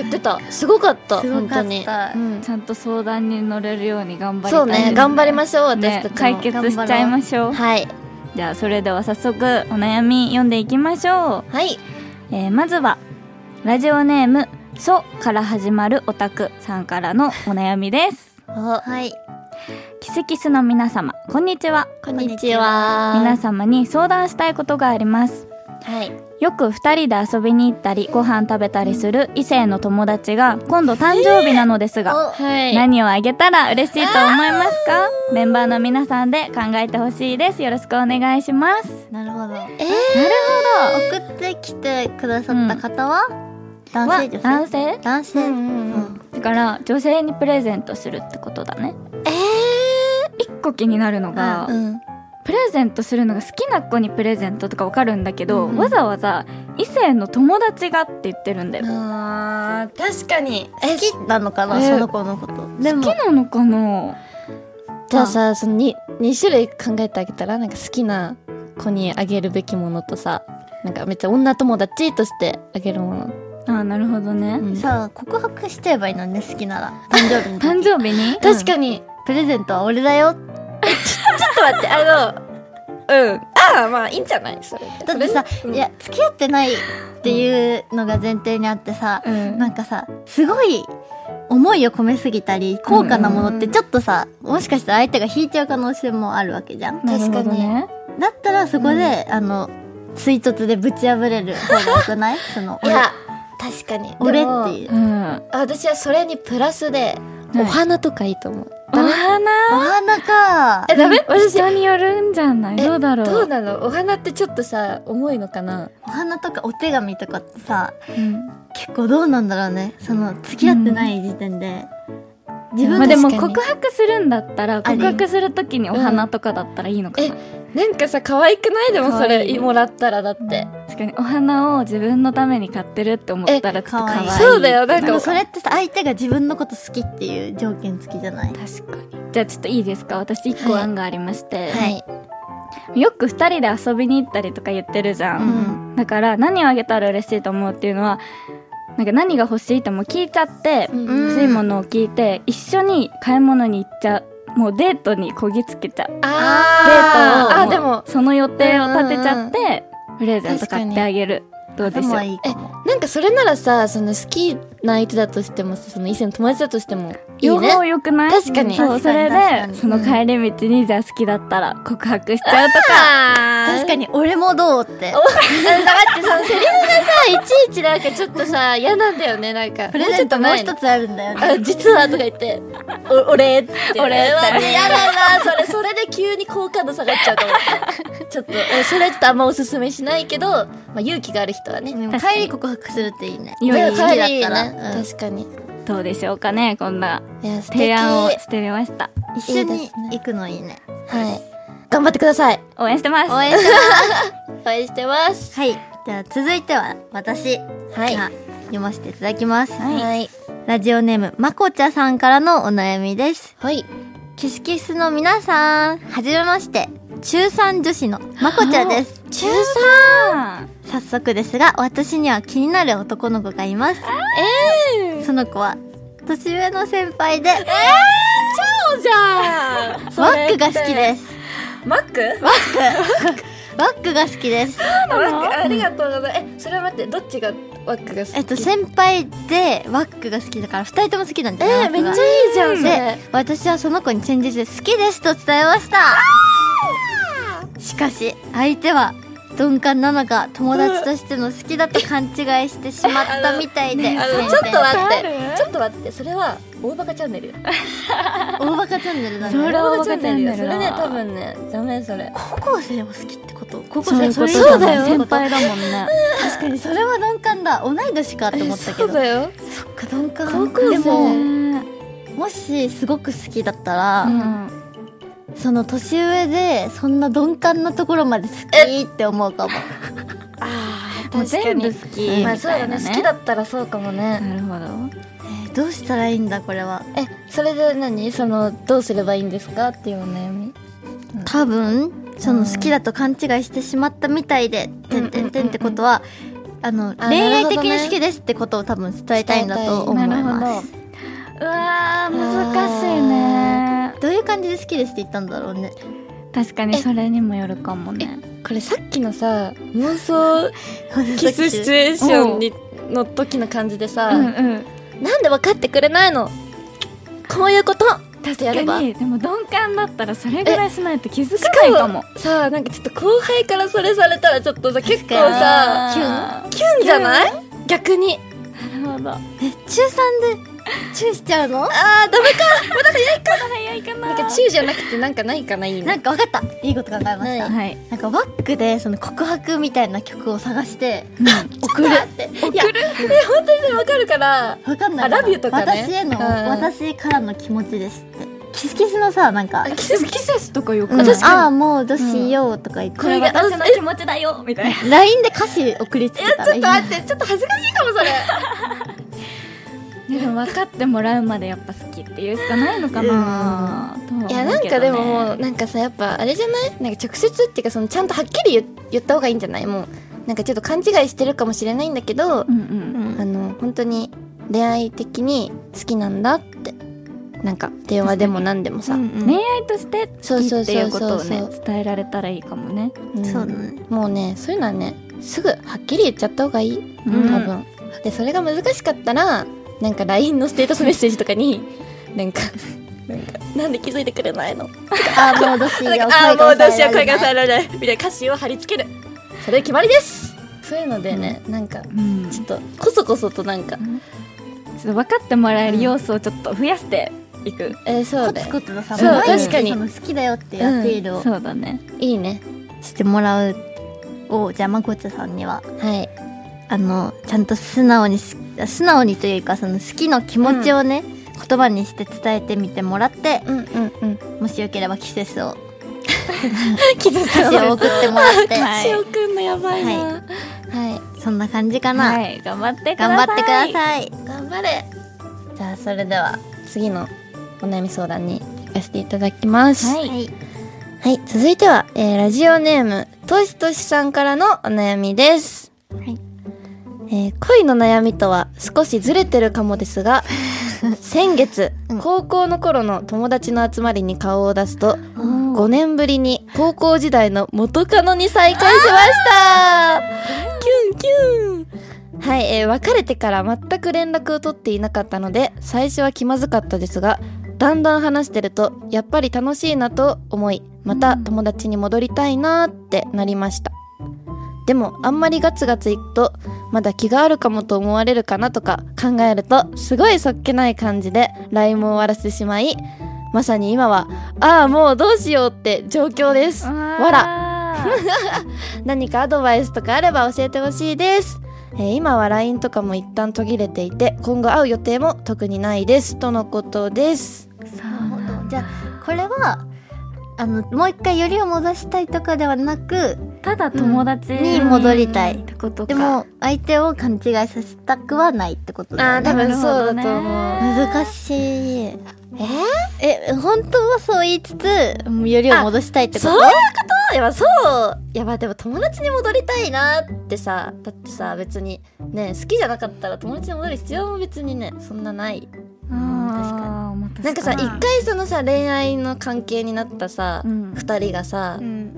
Speaker 1: 言ってた。すごかった。
Speaker 3: すご
Speaker 1: 本
Speaker 3: か
Speaker 1: 当
Speaker 3: っ
Speaker 1: に。
Speaker 3: た
Speaker 1: うん
Speaker 2: ちゃんと相談に乗れるように頑張りたい
Speaker 1: そうね、頑張りま
Speaker 2: し
Speaker 1: しょう、私たちも。
Speaker 2: 解決しちゃいましょう。
Speaker 1: はい。
Speaker 2: じゃあ、それでは早速、お悩み読んでいきましょう。
Speaker 1: はい。
Speaker 2: えーまずはラジオネーム「そ」から始まるオタクさんからのお悩みです。
Speaker 3: はい
Speaker 2: キスキスの皆様こんにちは
Speaker 1: こんにちは。
Speaker 2: 皆様に相談したいことがあります
Speaker 1: はい。
Speaker 2: よく2人で遊びに行ったりご飯食べたりする異性の友達が今度誕生日なのですが、
Speaker 1: はい。
Speaker 2: 何をあげたら嬉しいと思いますか メンバーの皆さんで考えてほしいですよろしくお願いします
Speaker 3: なるほど
Speaker 1: えー
Speaker 3: 送ってきてくださった方は、男性女
Speaker 2: は男
Speaker 3: 性
Speaker 2: 性
Speaker 3: 男性、
Speaker 1: うんうん
Speaker 2: だから女性にプレゼントするってことだね
Speaker 1: え
Speaker 2: 一個気になるのが、
Speaker 1: ーうん。
Speaker 2: プレゼントするのが好きな子にプレゼントとかわかるんだけど、
Speaker 1: うんうん
Speaker 2: わざわざ異性の友達がって言ってるんだよ、好
Speaker 1: あー確かに。
Speaker 3: 好きなのかな、
Speaker 1: え
Speaker 3: その子のことでも
Speaker 2: きなのかな
Speaker 1: じゃあさ、そのに二種類考えてあげたら、なんか好きな子にあげるべきものとさ、なんかめっちゃ女友達としてあげるもの。
Speaker 2: あーなるほどね、
Speaker 1: うん
Speaker 3: さあ告白しちゃえばいいのね好きなら 誕生日の時
Speaker 2: 誕生日に
Speaker 1: 確かに。
Speaker 3: プレゼントは俺だよ
Speaker 1: ちょっと待って、あの、うん。ああ、まあいいんじゃないそれ
Speaker 3: だってさ、いや付き合ってないっていうのが前提にあってさ、
Speaker 2: うん
Speaker 3: なんかさすごい思いを込めすぎたり高価なものってちょっとさ、もしかしたら相手が引いちゃう可能性もあるわけじゃん
Speaker 2: なるほどね
Speaker 3: だったらそこで、あの追突でぶち破れる方が良く ないその
Speaker 1: いや、確かに。
Speaker 3: 俺
Speaker 1: でも
Speaker 3: 俺っていう
Speaker 2: う。ん
Speaker 1: 私はそれにプラスで、
Speaker 2: い
Speaker 1: お花とかいいと思う。
Speaker 2: お花
Speaker 3: お花か
Speaker 1: え、ダメ私、
Speaker 2: 人によるんじゃない
Speaker 1: え
Speaker 2: どうだろう
Speaker 1: どうなのお花ってちょっとさ、重いのかな
Speaker 3: お花とかお手紙とかってさ
Speaker 2: うん
Speaker 3: 結構どうなんだろうねその付き合ってない時点で、自分
Speaker 2: ま
Speaker 3: の
Speaker 2: あ、でも
Speaker 1: 確かに
Speaker 2: 告白するんだったら
Speaker 3: あり
Speaker 2: 告白するときにお花とかだったらいいのかな、
Speaker 1: なんかさ、可愛くないでもそ
Speaker 2: 可愛
Speaker 1: れ
Speaker 2: い
Speaker 1: もらったらだって。
Speaker 2: 確かにお花を自分のために買ってるって思ったらちょっと可愛い
Speaker 3: え
Speaker 1: そうだよなん
Speaker 3: で
Speaker 1: か
Speaker 3: もそれってさ相手が自分のこと好きっていう条件付きじゃない
Speaker 2: 確かにじゃあちょっといいですか私一個
Speaker 1: はい
Speaker 2: 案がありまして、
Speaker 1: はい。
Speaker 2: よく二人で遊びに行ったりとか言ってるじゃ、
Speaker 3: うんん
Speaker 2: だから何をあげたら嬉しいと思うっていうのはなんか何が欲しいってもう聞いちゃって、
Speaker 1: うん
Speaker 3: うん
Speaker 2: 欲しいものを聞いて一緒に買い物に行っちゃうもうデートにこぎつけちゃうデー
Speaker 1: あ
Speaker 2: トを
Speaker 1: あ
Speaker 2: う
Speaker 1: でも
Speaker 2: その予定を立てちゃって、プレゼント買ってあげるどう
Speaker 3: で
Speaker 2: でしょ
Speaker 3: も
Speaker 2: う
Speaker 3: いいかも
Speaker 1: なんかそれならさその好きな相手だとしてもさその異性の友達だとしてもいい
Speaker 2: 両
Speaker 1: ね
Speaker 2: 方良くない
Speaker 1: 確かに
Speaker 2: そう
Speaker 3: 確
Speaker 2: そ
Speaker 3: かに
Speaker 2: れ
Speaker 3: 確かに
Speaker 2: でその帰り道にじゃあ好きだったら告白しちゃうとか
Speaker 1: あ
Speaker 3: 確かに俺もどうって
Speaker 1: だってそのセリフがさいちいちなんかちょっとさ嫌なんだよねなんか
Speaker 3: プレゼントもう一
Speaker 1: つ
Speaker 3: つあるんだよね
Speaker 1: あ実はとか言って「お俺」って俺はね嫌だなそれそれで急に好感度下がっちゃうかもちょっとえそれちょっとあんまおすすめしないけど、まあ、勇気がある人はね
Speaker 3: でも帰り告白するっていいね
Speaker 2: より
Speaker 1: でも帰りいい
Speaker 3: 好きだっ
Speaker 1: ね
Speaker 3: たらうん
Speaker 1: 確かに
Speaker 2: どうでしょうかねこんない
Speaker 1: や素敵
Speaker 2: 提案をしてみました
Speaker 3: 一緒
Speaker 1: いい
Speaker 3: に
Speaker 1: ですね
Speaker 3: 行くのいいね
Speaker 1: はい頑張ってください
Speaker 2: 応援してます
Speaker 3: 応援してま
Speaker 1: 応援してます
Speaker 3: すはいじゃあ続いては私
Speaker 1: はい
Speaker 3: が読ませていただきます、
Speaker 1: はい
Speaker 3: ラジオネームまこちゃさんからのお悩みです
Speaker 1: はい
Speaker 3: キスキスの皆さんはじめまして中3女子のまこちゃ です
Speaker 1: 中
Speaker 2: あ
Speaker 3: 早速ですが私には気になる男の子がいますその子は年上の先輩で、えー、超
Speaker 1: そうじゃん
Speaker 3: バックが好きです
Speaker 7: すマック
Speaker 3: バックが好きです
Speaker 7: マックありがとうございますえそれは待ってどっちがマックが好き
Speaker 3: えっと先輩でバックが好きだから二人とも好きなんだよ
Speaker 1: えーめっちゃいいじゃんそれ
Speaker 3: で私はその子に先日で好きですと伝えましたしかし相手は鈍感なのか友達としての好きだと勘違いしてしまったみたいで
Speaker 7: あのちょっと待ってちょっと待ってそれは大バカチャンネルよ
Speaker 3: 大バカチャンネルだ
Speaker 2: そ
Speaker 3: ね
Speaker 2: れ大バカチャンネルだ
Speaker 7: それね多分ねダメそれ
Speaker 3: 高校生も好きってこと高校
Speaker 2: そうい
Speaker 3: 生
Speaker 2: うこと
Speaker 3: そうだ
Speaker 2: だよ
Speaker 3: よ
Speaker 2: 先輩だもんね
Speaker 3: 確かにそれは鈍感だ同い年かと思ったけど
Speaker 1: そうだよ
Speaker 3: そっか鈍感
Speaker 1: 高校生
Speaker 3: で
Speaker 1: う
Speaker 3: ももしすごく好きだったら、
Speaker 2: うん
Speaker 3: その年上でそんな鈍感なところまで好きって思うかも
Speaker 2: もう全部好きみたいな
Speaker 7: ま
Speaker 2: ね
Speaker 7: あそうだね好きだったらそうかもね
Speaker 2: なるほど
Speaker 3: えーどうしたらいいんだこれは
Speaker 7: えそれで何そのどうすればいいんですかっていうお悩み
Speaker 3: 多分その好きだと勘違いしてしまったみたいで「てんてんてん」ってことはあの
Speaker 7: あ
Speaker 3: 恋愛
Speaker 7: なるほ
Speaker 3: 的
Speaker 7: どね
Speaker 3: に好きですってことを多分伝えたいんだと思い
Speaker 2: なるほ
Speaker 3: ま
Speaker 2: ど
Speaker 3: す
Speaker 2: うわー難しいね
Speaker 3: どういう感じで好きですって言ったんだろうね
Speaker 2: 確かにそれにもよるかもね
Speaker 7: これさっきのさ
Speaker 1: 妄想キスシチュエーションにの時の感じでさ、
Speaker 2: うんうん
Speaker 1: なんで分かってくれないのこういうことってやれ
Speaker 2: 確か
Speaker 1: ば
Speaker 2: にでも鈍感だったらそれぐらいしないと気づかないかも
Speaker 1: さあなんかちょっと後輩からそれされたらちょっとさ結構さ
Speaker 2: キ
Speaker 1: キュ
Speaker 2: ュンキ
Speaker 1: ンじゃない逆に
Speaker 2: ュンなるほど
Speaker 3: え中3でチューしちゃうの
Speaker 2: 早いかな
Speaker 1: なんかチューじゃなくてなんかないかないい
Speaker 3: なんかわかったいいこと考えました、
Speaker 2: はい
Speaker 3: なんかバックでその告白みたいな曲を探して
Speaker 1: 送るって送るえ 本当にそれわかるから
Speaker 3: わかんない
Speaker 1: あラビューとかね
Speaker 3: 私への、
Speaker 1: うん
Speaker 3: 私からの気持ちですってキスキスのさなんか
Speaker 2: キスキスとかよく
Speaker 3: うん
Speaker 2: ない
Speaker 3: ああもうどうしようとか言って、
Speaker 2: これが私の気持ちだよみたいな
Speaker 3: LINE で歌詞送りつけたらいいな
Speaker 1: ってちょっと恥ずかしいかもそれ
Speaker 2: でも分かってもらうまでやっぱ好きっていうしかないのかなとは思う
Speaker 1: い
Speaker 2: けどね
Speaker 1: やなんかでももうなんかさやっぱあれじゃないなんか直接っていうかそのちゃんとはっきり言言った方がいいんじゃないもうなんかちょっと勘違いしてるかもしれないんだけど、
Speaker 2: うんうん
Speaker 1: あの本当に恋愛的に好きなんだってなんか電話でも何でもさ、
Speaker 2: 恋愛として
Speaker 1: そう
Speaker 2: 好き
Speaker 1: そうそうそう
Speaker 2: っていうことをね
Speaker 1: そう
Speaker 2: 伝えられたらいいかもね
Speaker 1: うん
Speaker 3: そうだね
Speaker 1: もうねそういうのはねすぐはっきり言っちゃった方がいい、
Speaker 2: うん
Speaker 1: 多分でそれが難しかったらなんか LINE のステータスメッセージとかに なんかなんかなんで気づいてくれないの
Speaker 3: ああもうどうしよう
Speaker 1: なんかあーもうどうしよう声が抑えられないみたいな歌詞を貼り付けるそれで決まりですそういうのでねなんか
Speaker 2: うん
Speaker 1: ちょっとこそこそとなんか、
Speaker 2: ちょっと分かってもらえる要素をちょっと増やしていく、
Speaker 1: えーそう
Speaker 3: コ
Speaker 1: だよ
Speaker 3: ツコツとさ
Speaker 1: そう
Speaker 3: 毎日
Speaker 1: 確かに
Speaker 3: その好きだよっていうアピールを
Speaker 2: そうだね
Speaker 1: いいね
Speaker 3: してもらうをじゃあまこちゃさんには
Speaker 1: はい
Speaker 3: あのちゃんと素直にす素直にというかその好きの気持ちをね、言葉にして伝えてみてもらって
Speaker 1: うんうんうん
Speaker 3: もしよければ季節を
Speaker 1: 気づ
Speaker 3: 歌詞を送ってもらって、
Speaker 2: はい
Speaker 1: 塩くんのやばいな
Speaker 3: は
Speaker 1: はい
Speaker 3: そんな感じかな、
Speaker 2: はい頑張ってください
Speaker 3: 頑張ってください
Speaker 1: 頑張れ じゃあそれでは次のお悩み相談に行かせていただきますはい、
Speaker 3: はい
Speaker 1: 続いては、えーラジオネームとしとしさんからのお悩みです
Speaker 3: はい
Speaker 1: えー恋の悩みとは少しずれてるかもで すが先月、
Speaker 3: うん
Speaker 1: 高校の頃の友達の集まりに顔を出すと5年ぶりに高校時代の元カノに再会しましたキュンキュンはい、えー別れてから全く連絡を取っていなかったので最初は気まずかったですがだんだん話してるとやっぱり楽しいなと思いまた友達に戻りたいなってなりましたでもあんまりガツガツいくとまだ気があるかもと思われるかなとか考えるとすごいそっけない感じで LINE も終わらせてしまいまさに今はああもうどうしようって状況ですわら
Speaker 2: ら
Speaker 1: 何かアドバイスとかあれば教えてほしいです、えー今は LINE とかも一旦途切れていて今後会う予定も特にないですとのことです
Speaker 3: なるほどじゃあこれはあのもう一回よりを戻したいとかではなく
Speaker 2: ただ友達
Speaker 3: に戻りたい
Speaker 2: ってことか
Speaker 3: でも相手を勘違いさせたくはないってことだよね
Speaker 2: 多分そうだと思う
Speaker 3: 難しいええ本当はそう言いつつもうよりを戻したいってこと
Speaker 1: そういうことやばそうやばでも友達に戻りたいなってさだってさ別にね好きじゃなかったら友達に戻る必要も別にねそんなない
Speaker 2: あーまあ確
Speaker 1: なんかさ一回そのさ恋愛の関係になったさ、
Speaker 2: う
Speaker 1: 二
Speaker 2: ん
Speaker 1: 人がさ、
Speaker 8: うん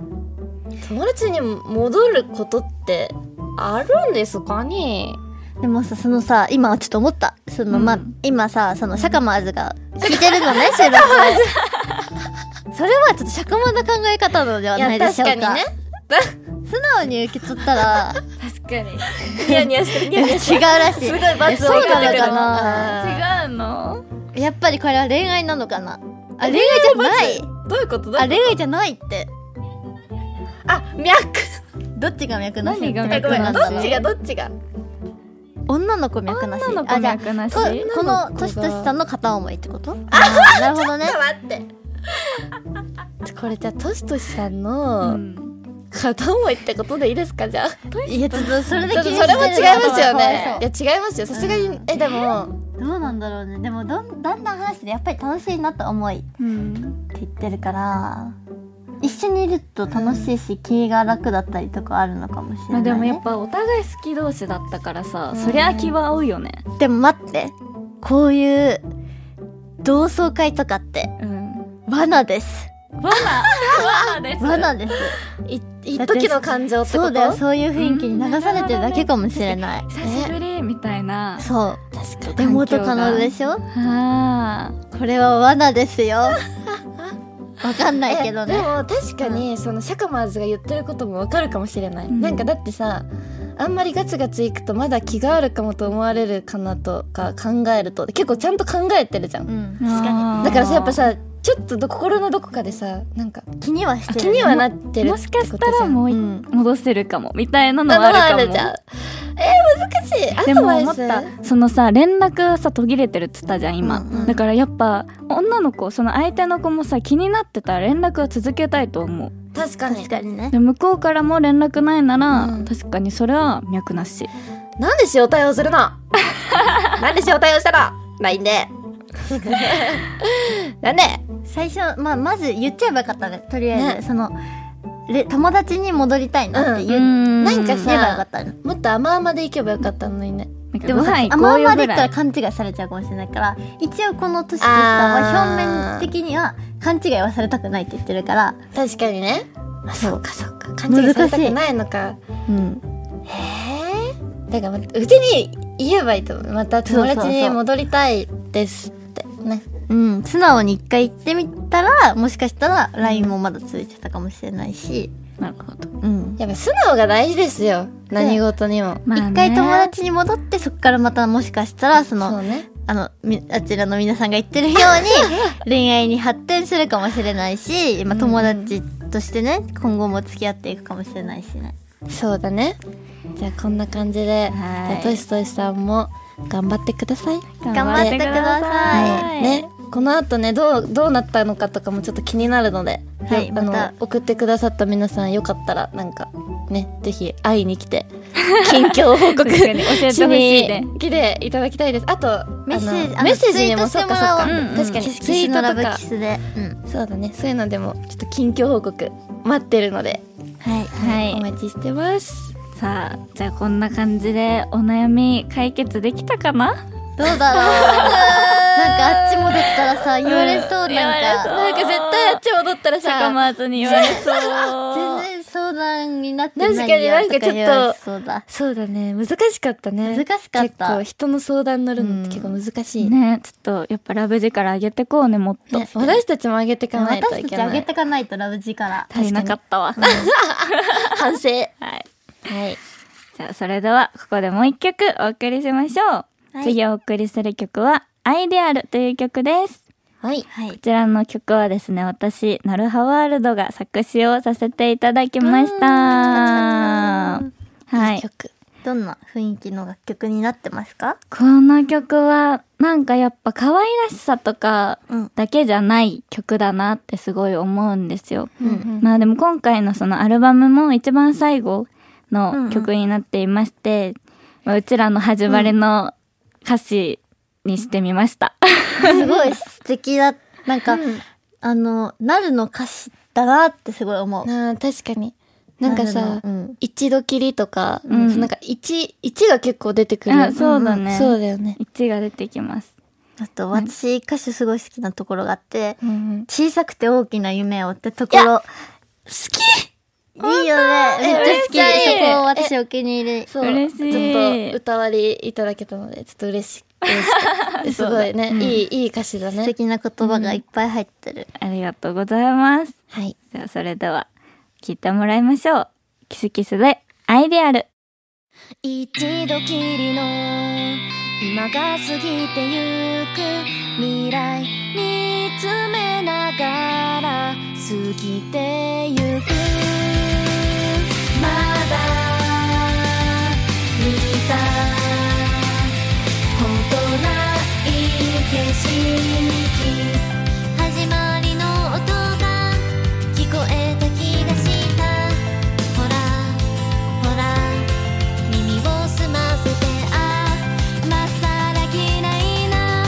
Speaker 1: 友達に戻ることってあるんですかね
Speaker 3: でもさ、そのさ、今ちょっと思った。その、
Speaker 2: うん
Speaker 3: まあ、今さ、その、シャカマーズが聞いてるのね、収録で。 それはちょっとシャカマな考え方なのではないでしょうか。
Speaker 1: いや確
Speaker 3: 素直に受け取ったら、
Speaker 2: 確かに
Speaker 1: ニヤニヤしてるニヤニ
Speaker 3: 違
Speaker 1: ヤして
Speaker 3: うらしい。
Speaker 1: るすごい罰を
Speaker 3: そう
Speaker 1: 受けて
Speaker 3: なの
Speaker 1: くる
Speaker 3: かな
Speaker 2: 違うの
Speaker 3: やっぱりこれは恋愛なのかなあ、恋愛じゃない
Speaker 1: どういうことだ
Speaker 3: あ、恋愛じゃないって。
Speaker 1: あ脈
Speaker 3: どっちが脈なし
Speaker 2: 何が
Speaker 1: え
Speaker 2: 脈
Speaker 1: ごめ
Speaker 2: なんし
Speaker 1: どっちがどっちが
Speaker 3: 女の子脈なし。
Speaker 2: 女の子
Speaker 3: あ、じゃあ
Speaker 2: 脈なし
Speaker 3: ここのとしとしさんの片思いってことあーなるほどね。
Speaker 1: 待ってこれじゃあトシトシさん
Speaker 2: う
Speaker 1: の
Speaker 2: ん
Speaker 1: 片思いってことでいいですかじゃあ
Speaker 3: いや、ちょっとそれで
Speaker 1: ちょっと
Speaker 3: 気に
Speaker 1: それも違いますよね
Speaker 3: し
Speaker 1: いや違いますよさすがにえ
Speaker 3: て
Speaker 1: でも
Speaker 3: るのはかわいそうどうなんだろうね。でもどん、だんだん話しててやっぱり楽しいなと思いって
Speaker 2: うん
Speaker 3: 言ってるから、一緒にいると楽しいし、気が楽だったりとかあるのかもしれ
Speaker 2: ま
Speaker 3: な
Speaker 2: あ
Speaker 3: い、ね。
Speaker 2: でもやっぱお互い好き同士だったからさそりゃ気は合うよね
Speaker 3: でも待って。こういう、同窓会とかって、
Speaker 2: うん
Speaker 3: 罠です。
Speaker 2: 罠罠です
Speaker 3: 罠です。
Speaker 1: い一時の感情ってこと
Speaker 3: そうだよ、そういう雰囲気に流されてるだけかもしれない。
Speaker 2: 久しぶりみたいな
Speaker 3: そう。
Speaker 1: 確かに
Speaker 3: でも元カノでしょ
Speaker 2: はあ
Speaker 3: これは罠です よ。わかんないけど
Speaker 1: えで
Speaker 3: ね。
Speaker 1: も確かにそのシャカマーズが言ってることもわかるかもしれない、
Speaker 2: ん
Speaker 1: なんかだってさあんまりガツガツいくとまだ気があるかもと思われるかなとか考えると結構ちゃんと考えてるじゃん、
Speaker 3: うん。
Speaker 2: 確か
Speaker 1: だからさやっぱさちょっとど心のどこかでさなんか
Speaker 3: 気にはしてる。
Speaker 1: 気にはなってる
Speaker 2: も
Speaker 1: っ
Speaker 2: してか
Speaker 1: こと
Speaker 2: し
Speaker 1: じゃん
Speaker 2: たらもう
Speaker 3: う
Speaker 2: い
Speaker 3: ん。
Speaker 2: 戻せるかもみたいなの
Speaker 1: あ
Speaker 2: は
Speaker 1: のあ
Speaker 2: ある
Speaker 1: る
Speaker 2: か
Speaker 1: じゃん
Speaker 2: も
Speaker 1: えー、難しい
Speaker 2: で
Speaker 1: ア
Speaker 2: も
Speaker 1: ドバイ
Speaker 2: 思
Speaker 1: ス
Speaker 2: ったそのさ連絡がさ途切れてるっつったじゃん今、
Speaker 3: うんうん
Speaker 2: だからやっぱ女の子その相手の子もさ気になってたら連絡は続けたいと思う
Speaker 1: 確かに
Speaker 3: 確かにね。
Speaker 2: で向こうからも連絡ないなら、
Speaker 1: うん
Speaker 2: 確かにそれは脈なし
Speaker 1: なんで塩対 応するのなんで塩対応したの ?LINE でなんで
Speaker 3: 最初、まあ、まず言っちゃえばよかったね。とりあえ
Speaker 1: ね
Speaker 3: ず、その、れ友達に戻りたいなって言う。
Speaker 2: ん
Speaker 1: なんか
Speaker 3: 言えば
Speaker 1: さ
Speaker 3: よかったね。
Speaker 1: もっと甘々でいけばよかったのにね
Speaker 2: なんか
Speaker 3: で
Speaker 2: ご
Speaker 3: もさ、
Speaker 2: 飯行
Speaker 3: あ
Speaker 2: こ
Speaker 3: ま
Speaker 2: う
Speaker 3: あ
Speaker 2: よ
Speaker 3: ま
Speaker 2: ぐ
Speaker 3: で
Speaker 2: ら
Speaker 3: か
Speaker 2: い
Speaker 3: ら勘違いされちゃうかもしれないから、一応この年でさんは
Speaker 1: あー
Speaker 3: 表面的には勘違いはされたくないって言ってるから、
Speaker 1: 確かにねあそうかそうか勘違
Speaker 3: 難
Speaker 1: い
Speaker 3: しい
Speaker 1: されたくないのか
Speaker 3: うん。
Speaker 1: へえだからまうちに言えばいいと思うまた友
Speaker 3: そう
Speaker 1: 達
Speaker 3: そうそ
Speaker 1: に
Speaker 3: う
Speaker 1: 戻りたいですってね
Speaker 3: うん、素直に一回行ってみたら、もしかしたら LINE もまだ続いてたかもしれないし、
Speaker 2: なるほど
Speaker 3: うん。
Speaker 1: やっぱ素直が大事ですよ何事にも、
Speaker 2: まあね
Speaker 3: 一回友達に戻って、そこからまたもしかしたら、そ
Speaker 1: そ
Speaker 3: の
Speaker 1: う、ね
Speaker 3: あの、みあちらの皆さんが言ってるように、 恋愛に発展するかもしれないし、まあ友達としてね、今後も付き合っていくかもしれないしね。
Speaker 1: そうだねじゃあこんな感じで
Speaker 3: はい
Speaker 1: じゃあとしとしさんも頑張ってください
Speaker 3: 頑張ってくださ
Speaker 2: い
Speaker 1: ね、この後ねどうどうなったのかとかもちょっと気になるので、
Speaker 3: はい
Speaker 1: あの、
Speaker 3: また
Speaker 1: 送ってくださった皆さんよかったらなんかねぜひ会いに来て近況報告
Speaker 2: 確かに教えてほしいね
Speaker 1: しに来ていただきたいですあと
Speaker 3: メッセージ
Speaker 1: あの
Speaker 3: あの
Speaker 1: メッセージにも
Speaker 3: ツイー
Speaker 1: そっ
Speaker 3: ト
Speaker 1: か
Speaker 3: しても
Speaker 1: そ
Speaker 3: ら
Speaker 1: っ
Speaker 3: おう
Speaker 1: か、
Speaker 2: うんうん
Speaker 1: 確かに
Speaker 3: キス
Speaker 1: ツ
Speaker 3: キ
Speaker 1: イ
Speaker 3: ス
Speaker 1: ー
Speaker 3: の
Speaker 1: ト
Speaker 3: ラ
Speaker 1: と
Speaker 3: ブ
Speaker 1: か
Speaker 3: キスで。うん。
Speaker 1: そうだねそういうのでもちょっと近況報告待ってるので
Speaker 3: はい。
Speaker 2: はい
Speaker 1: お待ちしてます
Speaker 2: さあじゃあこんな感じでお悩み解決できたかな
Speaker 3: どうだ ろうなんかあっち戻ったらさ、言われそうなんか。
Speaker 2: 言われそう
Speaker 1: なんか絶対あっち戻ったら
Speaker 2: しか
Speaker 1: さ
Speaker 2: まずに言われそう
Speaker 3: 全然相談になってないよ
Speaker 1: 確かになんかちょっと
Speaker 3: 言われそうだ
Speaker 1: そうだね難しかったね
Speaker 3: 難しかっ
Speaker 1: 結
Speaker 3: た
Speaker 1: 構人の相談乗るのって結構難しい、ね
Speaker 2: ねちょっとやっぱラブ力上げてこうねもっと、
Speaker 1: ね、私たちも上げていかないと
Speaker 3: 私
Speaker 1: い
Speaker 3: た
Speaker 1: け
Speaker 3: ち
Speaker 1: ない
Speaker 3: 上げてかないとラブジから
Speaker 2: 足りなかったわ
Speaker 1: 反省
Speaker 2: は
Speaker 1: はい
Speaker 2: い
Speaker 1: はい
Speaker 2: じゃあそれではここでもう一曲お送りしましょう、
Speaker 3: い
Speaker 2: 次お送りする曲は「アイデアル」という曲です
Speaker 1: はい
Speaker 3: はい
Speaker 2: こちらの曲はですね私ナルハワールドが作詞をさせていただきましたはい
Speaker 1: 曲
Speaker 3: どんな雰囲気の楽曲になってますか
Speaker 2: この曲はなんかやっぱ可愛らしさとか
Speaker 3: うん
Speaker 2: だけじゃない曲だなってすごい思うんですよ。
Speaker 1: うん
Speaker 2: まあでも今回のそのアルバムも一番最
Speaker 3: う
Speaker 2: 後
Speaker 3: んう
Speaker 2: の
Speaker 3: ん
Speaker 2: 曲になっていまして、まあうちらの始まりの歌詞にしてみました。
Speaker 3: すごい素敵だなんか、あのなるの歌詞だなってすごい思う
Speaker 1: なあ確かになんかさ
Speaker 3: なるのうん
Speaker 1: 一度きりとか、
Speaker 2: ん
Speaker 1: そのなんか一一が結構出てくる
Speaker 2: あそうだね
Speaker 1: んそうだよね
Speaker 2: 1が出てきます。
Speaker 3: あと私一箇所すごい好きなところがあって、
Speaker 4: うん
Speaker 3: 小さくて大きな夢をってところ。好きいいよね。めっちゃ好き。そこ私お気に入り。
Speaker 4: そう
Speaker 2: 嬉しい
Speaker 4: ちょっと歌割りいただけたのでちょっと嬉しいすごいね、いいいい歌詞だ
Speaker 3: 素
Speaker 4: ね
Speaker 3: 敵な言葉がいっぱい入ってる。
Speaker 2: ありがとうございます。
Speaker 4: はい
Speaker 2: じゃあそれでは聞いてもらいましょう。キスキスでアイデアル。
Speaker 6: 一度きりの今が過ぎてゆく未来見つめながら過ぎてゆくまだ見たことない景色始まりの音が聞こえた気がしたほらほら耳をすませてああまっさらきないな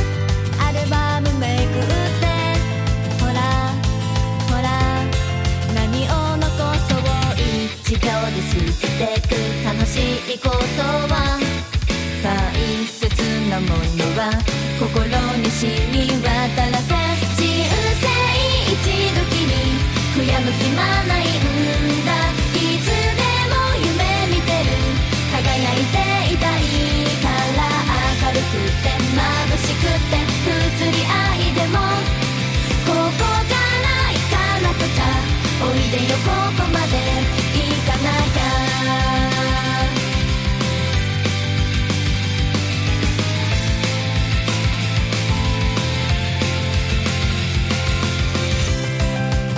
Speaker 6: アルバムめくってほらほら何を残そう一秒で捨てく楽しいことは大切なものは心に染み渡らせ人生一度きり悔やむ暇ないんだいつでも夢見てる輝いていたいから明るくて眩しくて不釣り合いでもここから行かなくちゃおいでよここまで行かなきゃ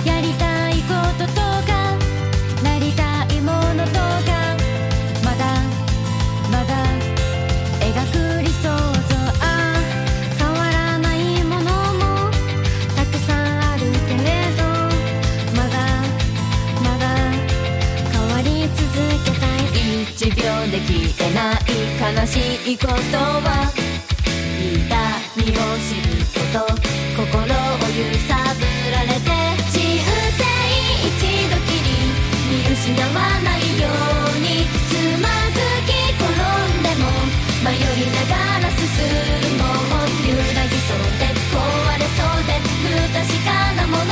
Speaker 6: やりたいこととかなりたいものとかまだまだ描く理想像あ変わらないものもたくさんあるけれどまだまだ変わり続けたい一秒で消えない悲しいことは痛みを知ること心を揺さぶられて人生一度きり見失わないようにつまずき転んでも迷いながら進もう揺らぎそうで壊れそうで不確かなもの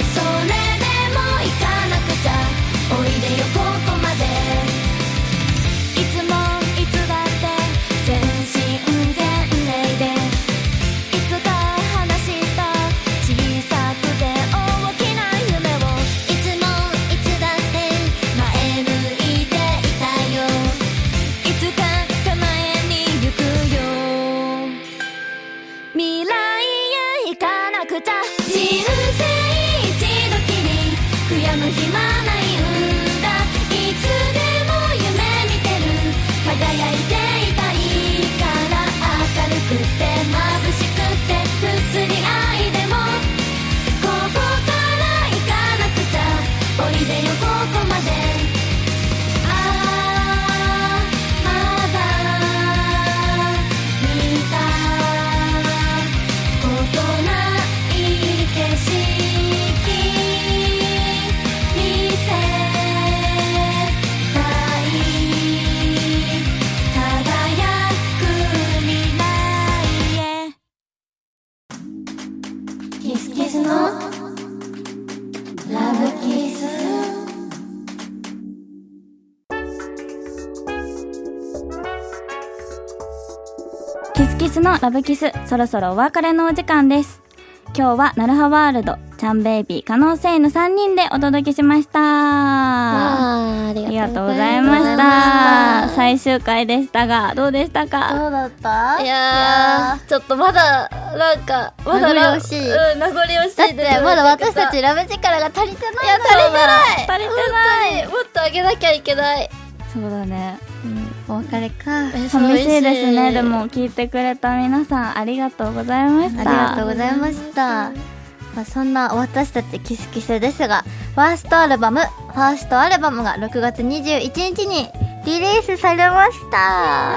Speaker 6: それでも行かなくちゃおいでよここまでいつもいつだって全身全霊でいつか話した小さくて大きな夢をいつもいつだって前向いていたよいつか構えに行くよ未来へ行かなくちゃ人生一度きり悔やむ暇ないんだいつでも夢見てる輝いていたいから明るくて眩しくて不釣り合いでもここから行かなくちゃおいでよここまでああまだ見たことない景色見せたい輝く未来へキスキスのラブキス
Speaker 2: キスキスのラブキス、そろそろお別れのお時間です。今日はナルハワールド、ちゃんベイビー、可能性の3人でお届けしました。あ
Speaker 4: あーあり
Speaker 2: りが
Speaker 4: が
Speaker 2: と
Speaker 4: と
Speaker 2: う
Speaker 4: う
Speaker 2: ご
Speaker 4: ご
Speaker 2: ざ
Speaker 4: ざ
Speaker 2: い
Speaker 4: い
Speaker 2: ま
Speaker 4: ま
Speaker 2: し
Speaker 4: した
Speaker 2: た。最終回でしたが、どうでしたか
Speaker 3: どうだった
Speaker 4: いやーちょっとまだなんかまだ
Speaker 3: 名残
Speaker 4: ラ
Speaker 3: 惜しい
Speaker 4: うん、名残惜しい
Speaker 3: だって
Speaker 4: です
Speaker 3: まだ私た
Speaker 4: い
Speaker 3: ちラブ力が足りてない
Speaker 4: や足りてない
Speaker 2: 足りてない
Speaker 4: 本当にもっと上げなきゃいけない
Speaker 2: そうだね。
Speaker 3: お別れかあり
Speaker 4: えそう
Speaker 2: 寂しいです
Speaker 4: 嬉
Speaker 2: ね。でも聞いてくれた皆さんありがとうございました。
Speaker 3: がとうございましたまあ、そんな私たちキスキスですがファーストアルバムファーストアルバムが6月21日にリリースされました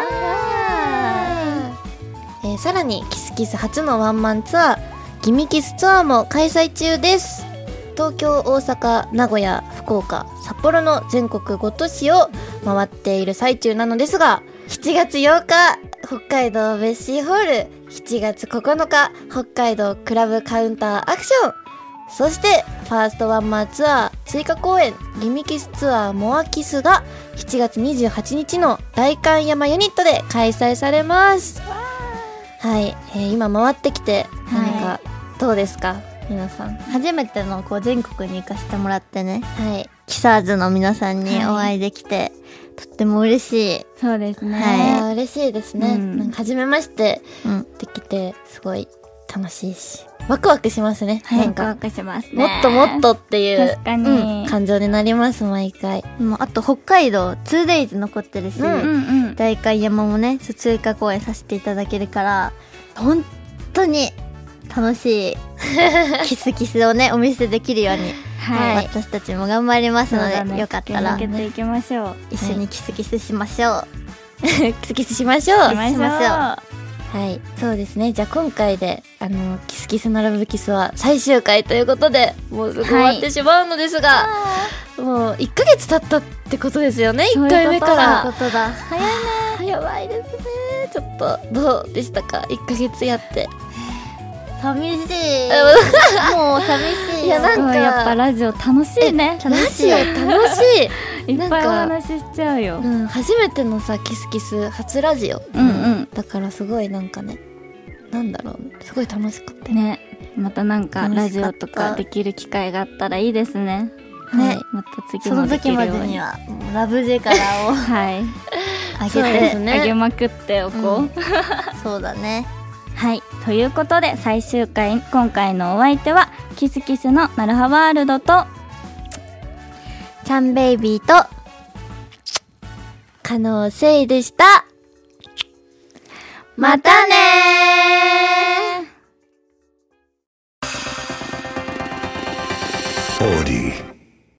Speaker 4: えーさらにキスキス初のワンマンツアーギミキスツアーも開催中です東京大阪名古屋福岡札幌の全国5都市を回っている最中なのですが
Speaker 1: 7月8日北海道ベッシーホール7月9日北海道クラブカウンターアクションそしてファーストワンマンツアー追加公演「ギミキスツアーモアキス」が7月28日の代官山ユニットで開催されますはい、えー今回ってきて何か、どうですか皆さん
Speaker 3: 初めてのこう全国に行かせてもらってね
Speaker 1: はい
Speaker 3: キサーズの皆さんにお会いできて、とっても嬉しい、
Speaker 2: そうですね。
Speaker 3: はい
Speaker 1: あー嬉しいですね、
Speaker 2: うん
Speaker 1: なんか初めまして
Speaker 3: うん、
Speaker 1: できてすごい楽しいしワクワクしますね、
Speaker 2: はい、
Speaker 1: な
Speaker 2: ワ
Speaker 1: ん
Speaker 2: ク
Speaker 1: か
Speaker 2: ワクします
Speaker 1: も
Speaker 2: ね。
Speaker 1: っともっとっていう
Speaker 2: 確かに。
Speaker 1: 感情になります毎回
Speaker 3: もうあと北海道 2days 残ってるし、
Speaker 1: う
Speaker 2: うんうん。
Speaker 3: 代官山もねそう追加公演させていただけるから本当に楽 しいキスキスをねお見せできるように、
Speaker 2: はい。
Speaker 3: 私たちも頑張ります
Speaker 2: そう
Speaker 3: ので、
Speaker 2: だね
Speaker 3: よかったら
Speaker 2: 駆け抜けていきましょう。
Speaker 3: 一緒にキスキスしましょう、
Speaker 1: キスキスしましょう
Speaker 2: 行きましょう。
Speaker 3: ま
Speaker 1: はいそうですねじゃあ今回であのキスキスのラブキスは最終回ということでもうすぐ終わってしまうのですが、もう1ヶ月経ったってことですよね
Speaker 2: そういう
Speaker 1: 1
Speaker 2: こと
Speaker 1: 回目から
Speaker 3: そういうことだ
Speaker 1: あやばいですねちょっとどうでしたか1ヶ月やって
Speaker 3: 寂しいもう寂しいよ
Speaker 1: いやな
Speaker 2: す
Speaker 1: ん
Speaker 2: ご
Speaker 1: か
Speaker 2: いやっぱラジオ楽し いね。
Speaker 1: ラ
Speaker 3: 楽し
Speaker 1: ジ
Speaker 3: い
Speaker 1: オ楽しい
Speaker 2: いっ
Speaker 1: なん
Speaker 2: ぱいお
Speaker 1: か
Speaker 2: 話ししちゃうよ。
Speaker 1: うん、初めてのさキスキス初ラジオ、
Speaker 2: うん
Speaker 1: だからすごいなんかねなんだろうすごい楽しかった
Speaker 2: うん。ね。またなんかラ
Speaker 3: 楽
Speaker 2: ジ
Speaker 3: しか
Speaker 2: オ
Speaker 3: った
Speaker 2: とかできる機会があったらいいですね。
Speaker 1: ね
Speaker 2: はいまた次
Speaker 3: そ
Speaker 2: も
Speaker 3: の
Speaker 2: でき
Speaker 3: 時ま
Speaker 2: るよ
Speaker 3: で
Speaker 2: うに
Speaker 3: に。はもうラブジェからを
Speaker 2: はい。
Speaker 3: あ
Speaker 1: そう
Speaker 3: げ
Speaker 1: で
Speaker 3: て
Speaker 1: す
Speaker 2: あげ
Speaker 1: ね
Speaker 2: まくっておこう。
Speaker 3: そうだね
Speaker 2: はい。ということで、最終回、今回のお相手は、キスキスのなるはワールドと、
Speaker 3: ちゃんベイビーと
Speaker 1: 可能性でした
Speaker 3: またねー